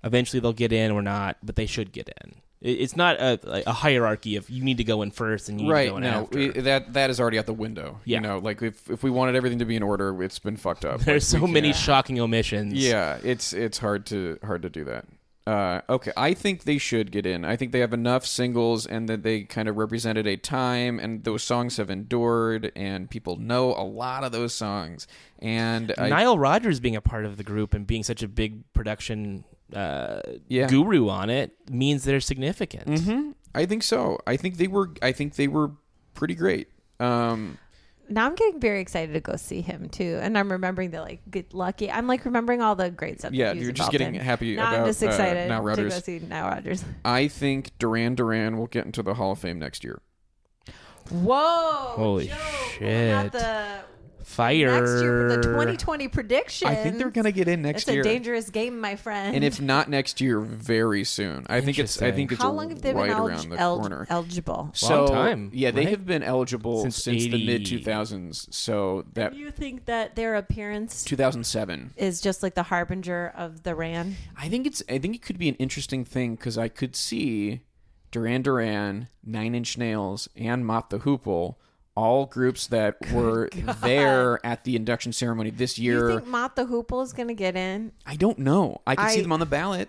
C: Eventually, they'll get in or not, but they should get in. It- It's not a, like a hierarchy of you need to go in first and you need to
A: right
C: go in
A: now
C: after.
A: we- that that is already out the window
C: Yeah.
A: you know like if, if we wanted everything to be in order it's been fucked up
C: *laughs* There's
A: Like,
C: so
A: we
C: many
A: can't-
C: shocking omissions.
A: yeah it's it's hard to hard to do that uh, okay i think they should get in i think they have enough singles and that they kind of represented a time and those songs have endured and people know a lot of those songs and I,
C: Nile Rodgers being a part of the group and being such a big production uh,
A: Yeah. Mm-hmm.
C: guru on it means they're significant.
A: I think so i think they were i think they were pretty great um
B: Now I'm getting very excited to go see him too, and I'm remembering the like get lucky. I'm like remembering all the great stuff.
A: Yeah,
B: that he was
A: you're just getting
B: involved in.
A: happy
B: Now
A: about,
B: I'm just
A: uh,
B: excited
A: Nile
B: to go
A: Rodgers.
B: see Now
A: *laughs*
B: Rogers.
A: i think duran duran will get into the hall of fame next year
B: Whoa!
C: Holy
B: Joe,
C: shit.
B: Not the
C: Fire.
B: next year, but the
C: *laughs*
B: 2020 prediction.
A: i think they're gonna get in next
B: It's
A: year
B: a dangerous game, my friend.
A: and if not next year, very soon. I think it's. I
C: Interesting.
A: think it's
B: how long have they
A: right
B: been elg-
A: around the
B: el-
A: corner.
B: eligible?
A: so
C: time,
A: yeah, they
C: right?
A: have been eligible since,
C: Since
A: the
C: 80.
A: mid two thousands. So that
B: Do you think that their appearance
A: two thousand seven.
B: is just like the harbinger of the ran?
A: I think it's. I think it could be an interesting thing because I could see Duran Duran, Nine Inch Nails, and Mop the Hoople. All groups that were there at the induction ceremony this
B: Do you
A: year.
B: think Mott the Hoople is going to get in?
A: I don't know. I could see
B: I-
A: them on the ballot.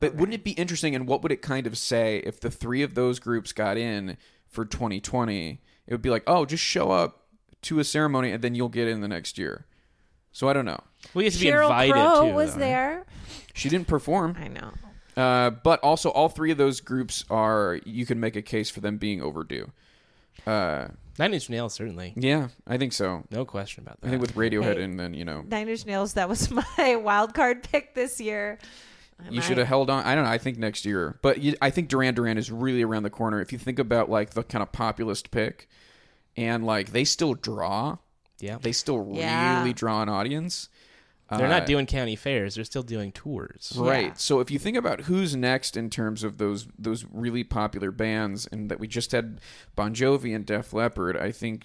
A: But wouldn't it be interesting and what would it kind of say if the three of those groups got in for 2020? It would be like, "Oh, just show up to a ceremony and then you'll get in the next year." So I don't know.
C: well, you have to be
B: Cheryl
C: invited
B: Crow
C: too,
B: was
C: though, right?
B: there.
A: She didn't perform.
B: I know.
A: Uh, but also all three of those groups are you can make a case for them being overdue. Uh,
C: Nine Inch Nails certainly,
A: yeah, I think so.
C: no question about that.
A: I think with Radiohead
B: Hey.
A: and then, you know,
B: Nine Inch Nails. That was *laughs* my wild card pick this year. I
A: You should have
B: might-
A: held on. I don't know. I think next year, but you, I think Duran Duran is really around the corner. If you think about like the kind of populist pick, and like they still draw,
C: yeah,
A: they still
B: Yeah.
A: really draw an audience.
C: they're
A: Uh,
C: not doing county fairs; they're still doing tours.
A: Right.
B: Yeah.
A: So if you think about who's next in terms of those those really popular bands, and that we just had Bon Jovi and Def Leppard, I think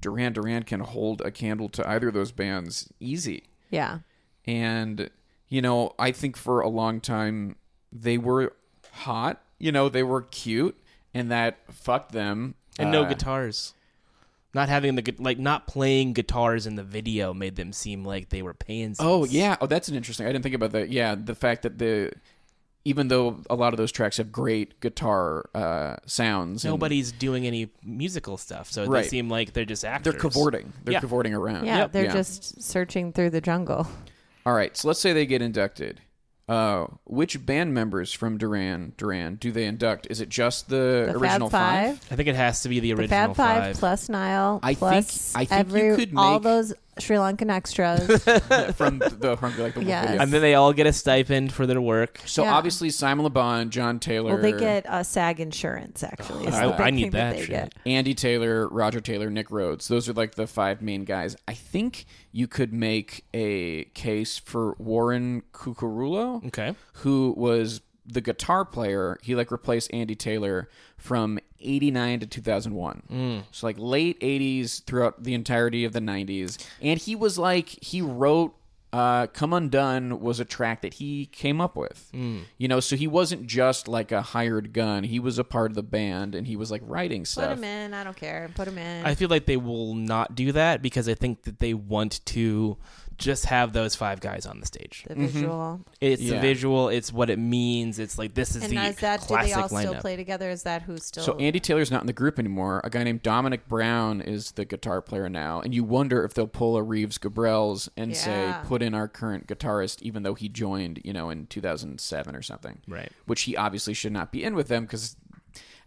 A: Duran Duran can hold a candle to either of those bands easy.
B: Yeah.
A: and you know i think for a long time they were hot you know they were cute and that fucked them
C: And no
A: Uh,
C: guitars. Not having the gu- like not playing guitars in the video made them seem like they were pains.
A: oh yeah oh that's an interesting i didn't think about that yeah the fact that the even though a lot of those tracks have great guitar uh sounds and
C: nobody's doing any musical stuff, so
A: Right.
C: they seem like they're just actors.
A: they're cavorting they're
C: Uh, Yeah.
A: cavorting around
B: Yeah. They're just searching through the jungle.
A: all right so let's say they get inducted uh, which band members from Duran Duran do they induct? Is it just the,
B: The Fab
A: original
B: Five.
C: I think it has to be the
B: The
C: original
B: Fab Five, plus Nile
A: I think-
B: plus
A: I think you
B: every
A: could
B: all
A: make-
B: those Sri Lankan
C: *laughs*
B: extras.
A: *laughs* from the Hungry Like the Wolf
B: Yes.
A: video?
C: and then they all get a stipend for their work.
A: So
B: Yeah.
A: obviously Simon LeBon, John Taylor,
B: well, they get uh, SAG insurance actually. is
C: I-
B: the big
C: Oh, I need
B: thing
C: that
B: they
C: shit.
B: get.
A: Andy Taylor, Roger Taylor, Nick Rhodes. Those are like the five main guys. I think you could make a case for Warren Cucurulo,
C: Okay.
A: who was the guitar player. He like replaced Andy Taylor from 89 to 2001. So like late 80s throughout the entirety of the 90s. And he was like he wrote uh, Come Undone was a track that he came up with. You know, so he wasn't just like a hired gun. He was a part of the band and he was like writing
B: Put
A: stuff.
B: them in. I don't care. Put them in.
C: I feel like they will not do that because I think that they want to just have those five guys on the stage.
B: the visual.
C: It's
A: Yeah.
C: the visual, it's what it means. It's like this is
B: And
C: the
B: is that do they
C: classic
B: all
C: lineup.
B: still play together? Is that who's still?
A: So Andy Taylor's not in the group anymore. A guy named Dominic Brown is the guitar player now, and you wonder if they'll pull a Reeves Gabrels and
B: Yeah.
A: say put in our current guitarist, even though he joined, you know, in 2007 or something.
C: Right.
A: Which he obviously should not be in with them because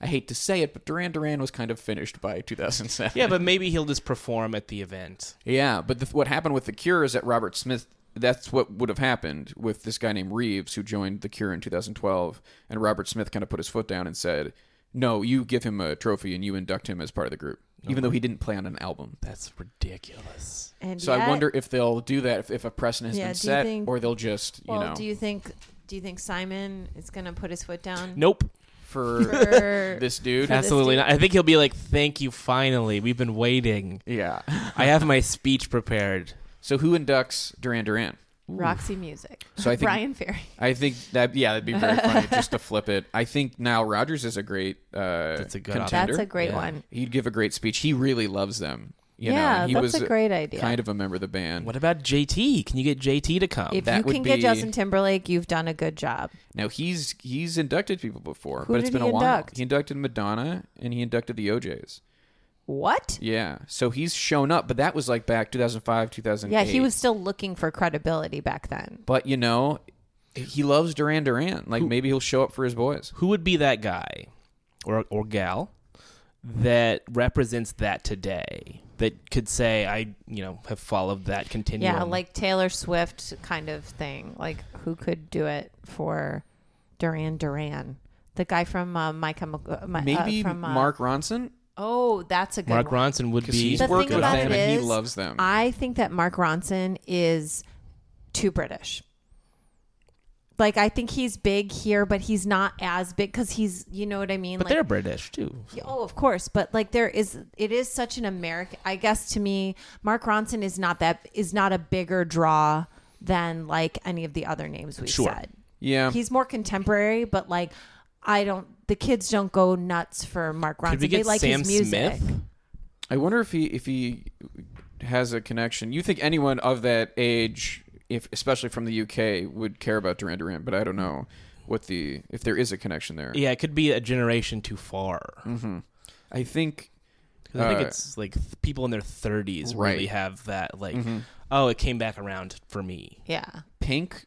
A: I hate to say it, but Duran Duran was kind of finished by 2007.
C: Yeah, but maybe he'll just perform at the event.
A: Yeah, but the, what happened with the Cure is that Robert Smith. That's what would have happened with this guy named Reeves, who joined the Cure in 2012, and Robert Smith kind of put his foot down and said, "No, you give him a trophy and you induct him as part of the group, even though he didn't play on an album."
C: That's ridiculous.
B: and
A: So I
B: yet-
A: wonder if they'll do that if, if a precedent has
B: Yeah,
A: been
B: do you
A: set,
B: think-
A: or they'll just you
B: Well,
A: know.
B: do you think Do you think Simon is going to put his foot down?
C: Nope.
A: *laughs* for
B: For
A: *laughs* this dude.
B: That's-
C: Absolutely
B: dude.
C: not. I think he'll be like, "Thank you, finally. We've been waiting.
A: yeah.
C: I have my speech prepared."
A: So who inducts Duran Duran?
B: Roxy Music.
A: *laughs* So I
B: *laughs*
A: think-
B: Ryan Ferry.
A: I think that yeah, that'd be very funny just
B: *laughs*
A: to flip it. I think Nile Rodgers is a great uh
C: That's a good
A: contender.
B: That's a great
C: Yeah.
B: one.
A: He'd give a great speech. He really loves them. You
B: Yeah,
A: know, he
B: that's
A: was
B: a great idea.
A: Kind of a member of the band.
C: What about JT? Can you get JT to come?
B: If
A: that
B: you
A: would
B: can get
A: be-
B: Justin Timberlake, you've done a good job.
A: Now he's he's inducted people before,
B: Who
A: but it's
B: did
A: been
B: he
A: a while.
B: induct?
A: He inducted Madonna and he inducted the OJ's.
B: What?
A: Yeah, so he's shown up, but that was like back 2005, 2008.
B: Yeah, he was still looking for credibility back then.
A: But you know, he loves Duran Duran. Like maybe he'll show up for his boys.
C: Who would be that guy or or gal that represents that today? That could say, "I, you know, have followed that continuum."
A: um,
B: Yeah, like Taylor Swift kind of thing. Like who could do it for Duran Duran? The guy from uh, My Chemical. Uh, my, uh,
A: Maybe
B: from, uh,
A: Mark Ronson
B: Oh, that's a good
C: Mark
B: one.
C: Ronson would
A: because
C: be.
A: he's
B: The
A: worked
B: thing
A: with
B: about
A: them
B: it
A: and he
B: is,
A: loves them.
B: I think that Mark Ronson is too British. Like I think he's big here, but he's not as big because he's, you know what I mean.
C: but
B: like,
C: they're British too.
B: Yeah, Oh, of course, but like there is, it is such an American. I guess to me, Mark Ronson is not that is not a bigger draw than like any of the other names we've
C: Sure.
B: said.
A: yeah,
B: He's more contemporary, but like I don't, the kids don't go nuts for Mark Ronson.
C: Could we
B: they
C: get
B: like
C: Sam
B: his music.
C: Smith?
A: I wonder if he if he has a connection. You think anyone of that age, if especially from the UK, would care about Duran Duran? But I don't know what the if there is a connection there.
C: Yeah, it could be a generation too far.
A: I think
C: 'Cause I think
A: Mm-hmm. Uh,
C: it's like th- people in their 30s really
A: Right. Mm-hmm.
C: have that like, oh, it came back around for me.
B: Yeah,
A: Pink.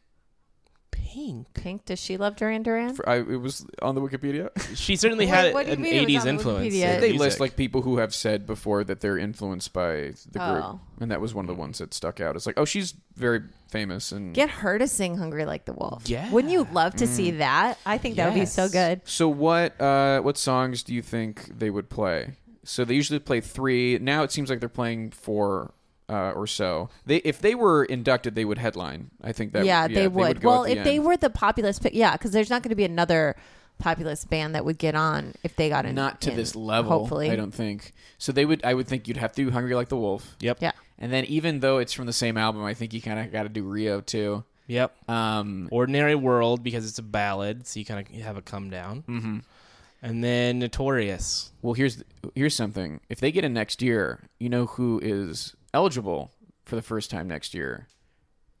C: Pink.
B: Pink. Does she love Duran Duran?
A: For, I, it was on the Wikipedia.
B: *laughs*
C: She certainly
B: Wait,
C: had
B: what do you
C: an
B: mean it was
C: 80s
B: on
C: influence.
B: Wikipedia?
C: in
A: They
C: music.
A: list like people who have said before that they're influenced by the group,
B: Oh.
A: and that was one of the ones that stuck out. It's like, oh, she's very famous, and
B: Get her to sing "Hungry Like the Wolf."
C: Yeah.
B: wouldn't you love to
A: Mm.
B: see that? I think that would be so
C: Yes.
B: good.
A: so what? Uh, what songs do you think they would play? So they usually play three. Now it seems like they're playing four. Uh, or so they if they were inducted they would headline i think that
B: yeah, they would.
A: go
B: well,
A: at
B: if
A: the
B: they
A: end.
B: were the populist, pick, yeah, because there's not going to be another populist band that would get on if they got in.
A: not to
B: in,
A: this level
B: Hopefully,
A: i don't think so they would i would think you'd have to do hungry like the wolf
C: Yep.
B: Yeah,
A: and then even though it's from the same album i think you kind of got to do rio too
C: Yep.
A: um
C: Ordinary World because it's a ballad, so you kind of have a come down. Mm-hmm. And then Notorious.
A: Well, here's here's something. If they get in next year, you know who is eligible for the first time next year?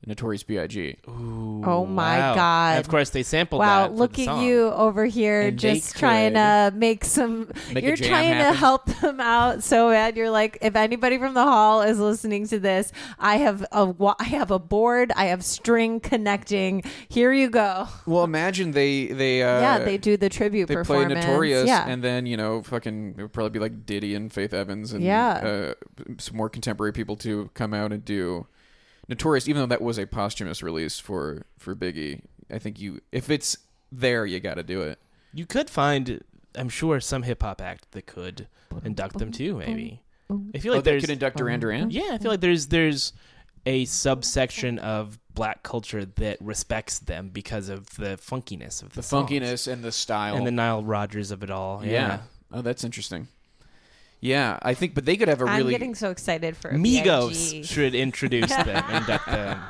A: Notorious B.I.G.
B: Oh my
C: Wow.
B: God.
C: And of course, they sampled
B: Wow,
C: that. for
B: look
C: the
B: at
C: song.
B: you over here,
A: And they
B: just trying to make some.
A: Make a
B: you're
A: jam
B: trying to
A: happen.
B: help them out so bad. You're like, if anybody from the hall is listening to this, I have a, wa- I have a board, I have string connecting. Here you go.
A: Well, imagine they they uh,
B: yeah, they do the tribute
A: they play
B: performance.
A: Notorious,
B: yeah.
A: and then you know fucking it would probably be like Diddy and Faith Evans and
B: Yeah.
A: uh, some more contemporary people to come out and do Notorious. Even though that was a posthumous release for for Biggie, I think you if it's there, you got to do it.
C: You could find, I'm sure, some hip hop act that could induct them too. Maybe. I feel
A: Oh,
C: like
A: they
C: there's
A: could induct Duran Duran.
C: Yeah, I feel like there's there's a subsection of black culture that respects them because of the funkiness of the,
A: The
C: songs.
A: funkiness and the style
C: and the Nile Rodgers of it all.
A: Yeah.
C: Yeah.
A: Oh, that's interesting. Yeah, I think, but they could have a
B: I'm
A: really.
B: getting so excited for a
C: Migos
B: BIG.
C: should
B: *laughs*
C: introduce them, induct them.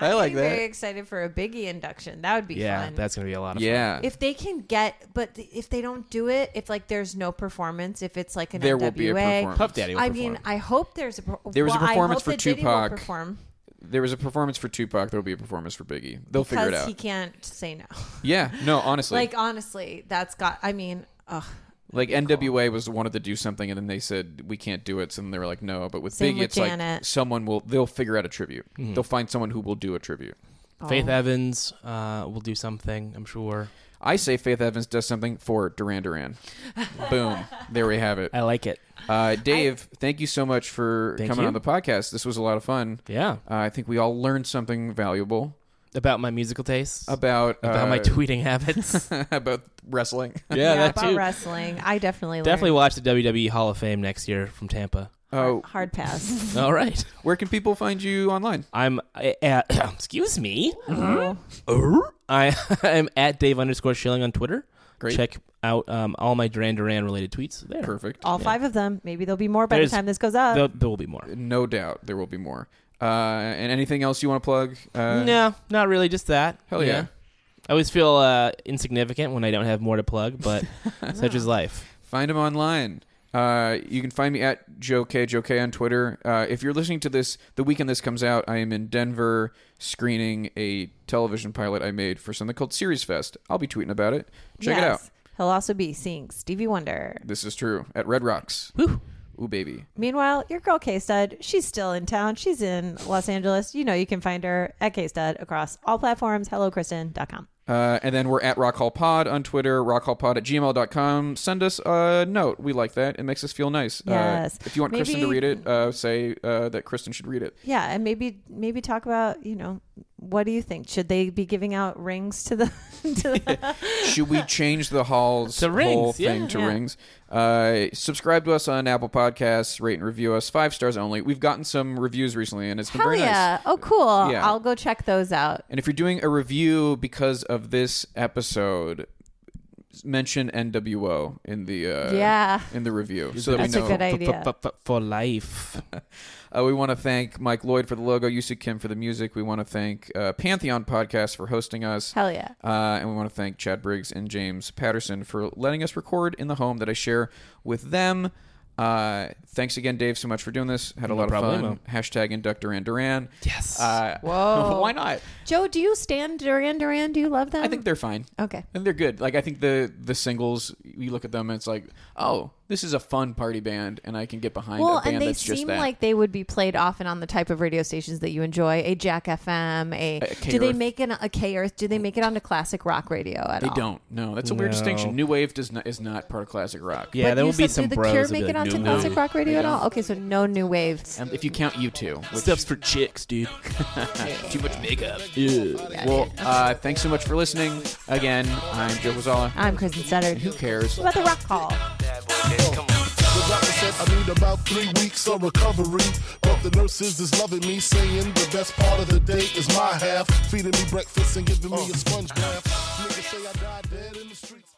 A: I like
B: I'm very
A: that.
B: excited for a Biggie induction. That would be
C: Yeah,
B: fun.
C: that's gonna be a lot of
A: Yeah,
B: if they can get, but th- if they don't do it, if like there's no performance, if it's like an
A: there
B: NWA,
A: will be a performance.
C: Puff Daddy will
B: I
C: perform.
B: mean, I hope there's a per-
A: There was a
B: well, I
A: performance
B: hope
A: for
B: that Diddy will
A: Tupac.
B: perform
A: There was a performance for Tupac. There will be a performance for Biggie. They'll figure it
B: because
A: out.
B: he can't say no. *laughs*
A: Yeah, no, honestly,
B: Like
A: like,
B: honestly, that's got. I mean, ugh.
A: NWA was wanted to do something, and then they said we can't do it. So then they were like, no. But with
B: Same
A: Biggie,
B: with
A: it's like
B: Janet.
A: someone will. They'll figure out a tribute.
C: Mm-hmm.
A: They'll find someone who will do a tribute.
C: fun.
B: Oh.
C: Faith Evans uh, will do something, I'm sure.
A: I say Faith Evans does something for Duran Duran.
B: *laughs*
A: Boom. There we have it.
C: I like it.
A: Uh, Dave, thank you so much for
C: Thank
A: coming
C: you.
A: on the podcast. This was a lot of fun.
C: Yeah,
A: Uh, I think we all learned something valuable
C: about my musical tastes,
A: about uh,
C: about my tweeting habits. *laughs* yeah,
A: *laughs* about wrestling.
B: about wrestling. I definitely learned.
C: Definitely E watch the WWE Hall of Fame next year from Tampa.
A: Oh.
B: hard pass.
C: *laughs* All right.
A: Where can people find you online?
C: I'm a- at, *coughs* excuse me. Er? I *laughs* I'm at Dave underscore Schilling on Twitter.
A: Great.
C: Check out um, all my Duran Duran related tweets there.
A: Perfect.
B: All five of them. Maybe there'll be more by
C: There's-
B: the time this goes up.
C: There, there will be more.
A: No doubt there will be more. Uh, and anything else you want to plug? Uh,
C: no, not really. Just that.
A: Hell yeah.
C: I always feel uh, insignificant when I don't have more to
A: *laughs*
C: plug, but such is life.
A: Find him online. Uh, you can find me at Joe K. Joe K on Twitter. Uh, if you're listening to this the weekend this comes out, I am in Denver screening a television pilot I made for something called Series Fest. I'll be tweeting about it. Check it out.
B: Yes. He'll also be seeing Stevie Wonder.
A: This is true at Red Rocks.
C: Whew.
A: Ooh, baby.
B: Meanwhile, your girl K Stud, she's still in town. She's in Los Angeles. You know you can find her at K Stud across all platforms. HelloKristen.com.
A: Uh, and then we're at Rock Hall Pod on Twitter, rockhallpod at gmail.com. Send us a note. We like that. It makes us feel nice.
B: Yes.
A: Uh, if you want Kristen to
B: Maybe-
A: read it, uh, say uh, that Kristen should read it.
B: Yeah, and maybe maybe talk about you know what do you think? Should they be giving out rings to the? *laughs*
A: *laughs*
B: to the
A: Should we change the halls
C: To rings,
A: whole thing
C: yeah.
A: to
B: Yeah.
A: rings? Uh, subscribe to us on Apple Podcasts. Rate and review us five stars only. We've gotten some reviews recently, and it's been
B: Hell
A: very
B: yeah!
A: nice.
B: Oh, cool.
A: Yeah.
B: I'll go check those out.
A: And if you're doing a review because of this episode, mention NWO in the uh,
B: Yeah.
A: in the review so that
B: That's
A: we
B: a
A: know
B: good idea.
C: F- f- f- for life.
A: Uh, we want to thank Mike Lloyd for the logo, Yusuf Kim for the music. We want to thank uh, Pantheon Podcast for hosting us.
B: Hell yeah.
A: Uh, and we want to thank Chad Briggs and James Patterson for letting us record in the home that I share with them. Uh, thanks again, Dave, so much for doing this. Had a lot of fun.
C: problemo.
A: Hashtag induct Duran Duran.
C: Yes.
A: Uh,
B: Whoa.
A: *laughs* why not?
B: Joe, do you stand Duran Duran? Do you love them?
A: I think they're fine.
B: Okay.
A: And they're good. Like I think the the singles, you look at them and it's like, oh, this is a fun party band, and I can get behind.
B: well,
A: a band
B: and they
A: that's just
B: seem
A: that.
B: like they would be played often on the type of radio stations that you enjoy, a Jack FM, a,
A: K
B: do they
A: Earth.
B: make an a K Earth? Do they make it onto classic rock radio at
A: They
B: all?
A: don't. No, that's a weird
C: No.
A: distinction. New wave does not is not part of classic rock.
C: yeah, there
B: you
C: will be
B: said,
C: some
B: Do the
C: bros
B: Cure
C: who'll be
B: make it
C: like,
B: onto
C: "No."
B: classic rock radio at all? Okay, so no new wave.
A: And if you count you two, which
C: Stuff's for chicks, dude. Too much makeup. Ew.
A: well, uh, thanks so much for listening. Again, I'm Joe Wazala.
B: I'm Kristen Sutter.
A: Who cares?
B: What about the rock hall?
F: The doctor said I need about three weeks of recovery. But the nurses is loving me, saying the best part of the day is my half. Feeding me breakfast and giving me a sponge bath. Niggas say I died dead in the streets.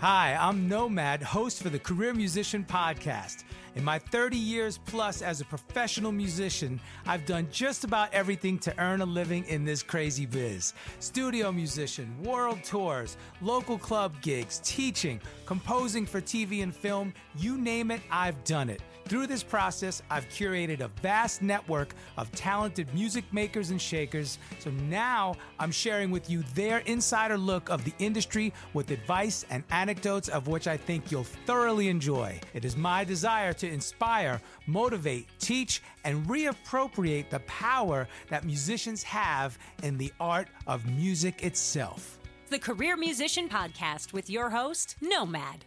G: Hi, I'm Nomad, host for the Career Musician Podcast. In my 30 years plus as a professional musician, I've done just about everything to earn a living in this crazy biz studio musician, world tours, local club gigs, teaching, composing for TV and film you name it, I've done it. Through this process, I've curated a vast network of talented music makers and shakers. So now I'm sharing with you their insider look of the industry with advice and anecdotes of which I think you'll thoroughly enjoy. It is my desire to inspire, motivate, teach, and reappropriate the power that musicians have in the art of music itself.
H: The Career Musician Podcast with your host, Nomad.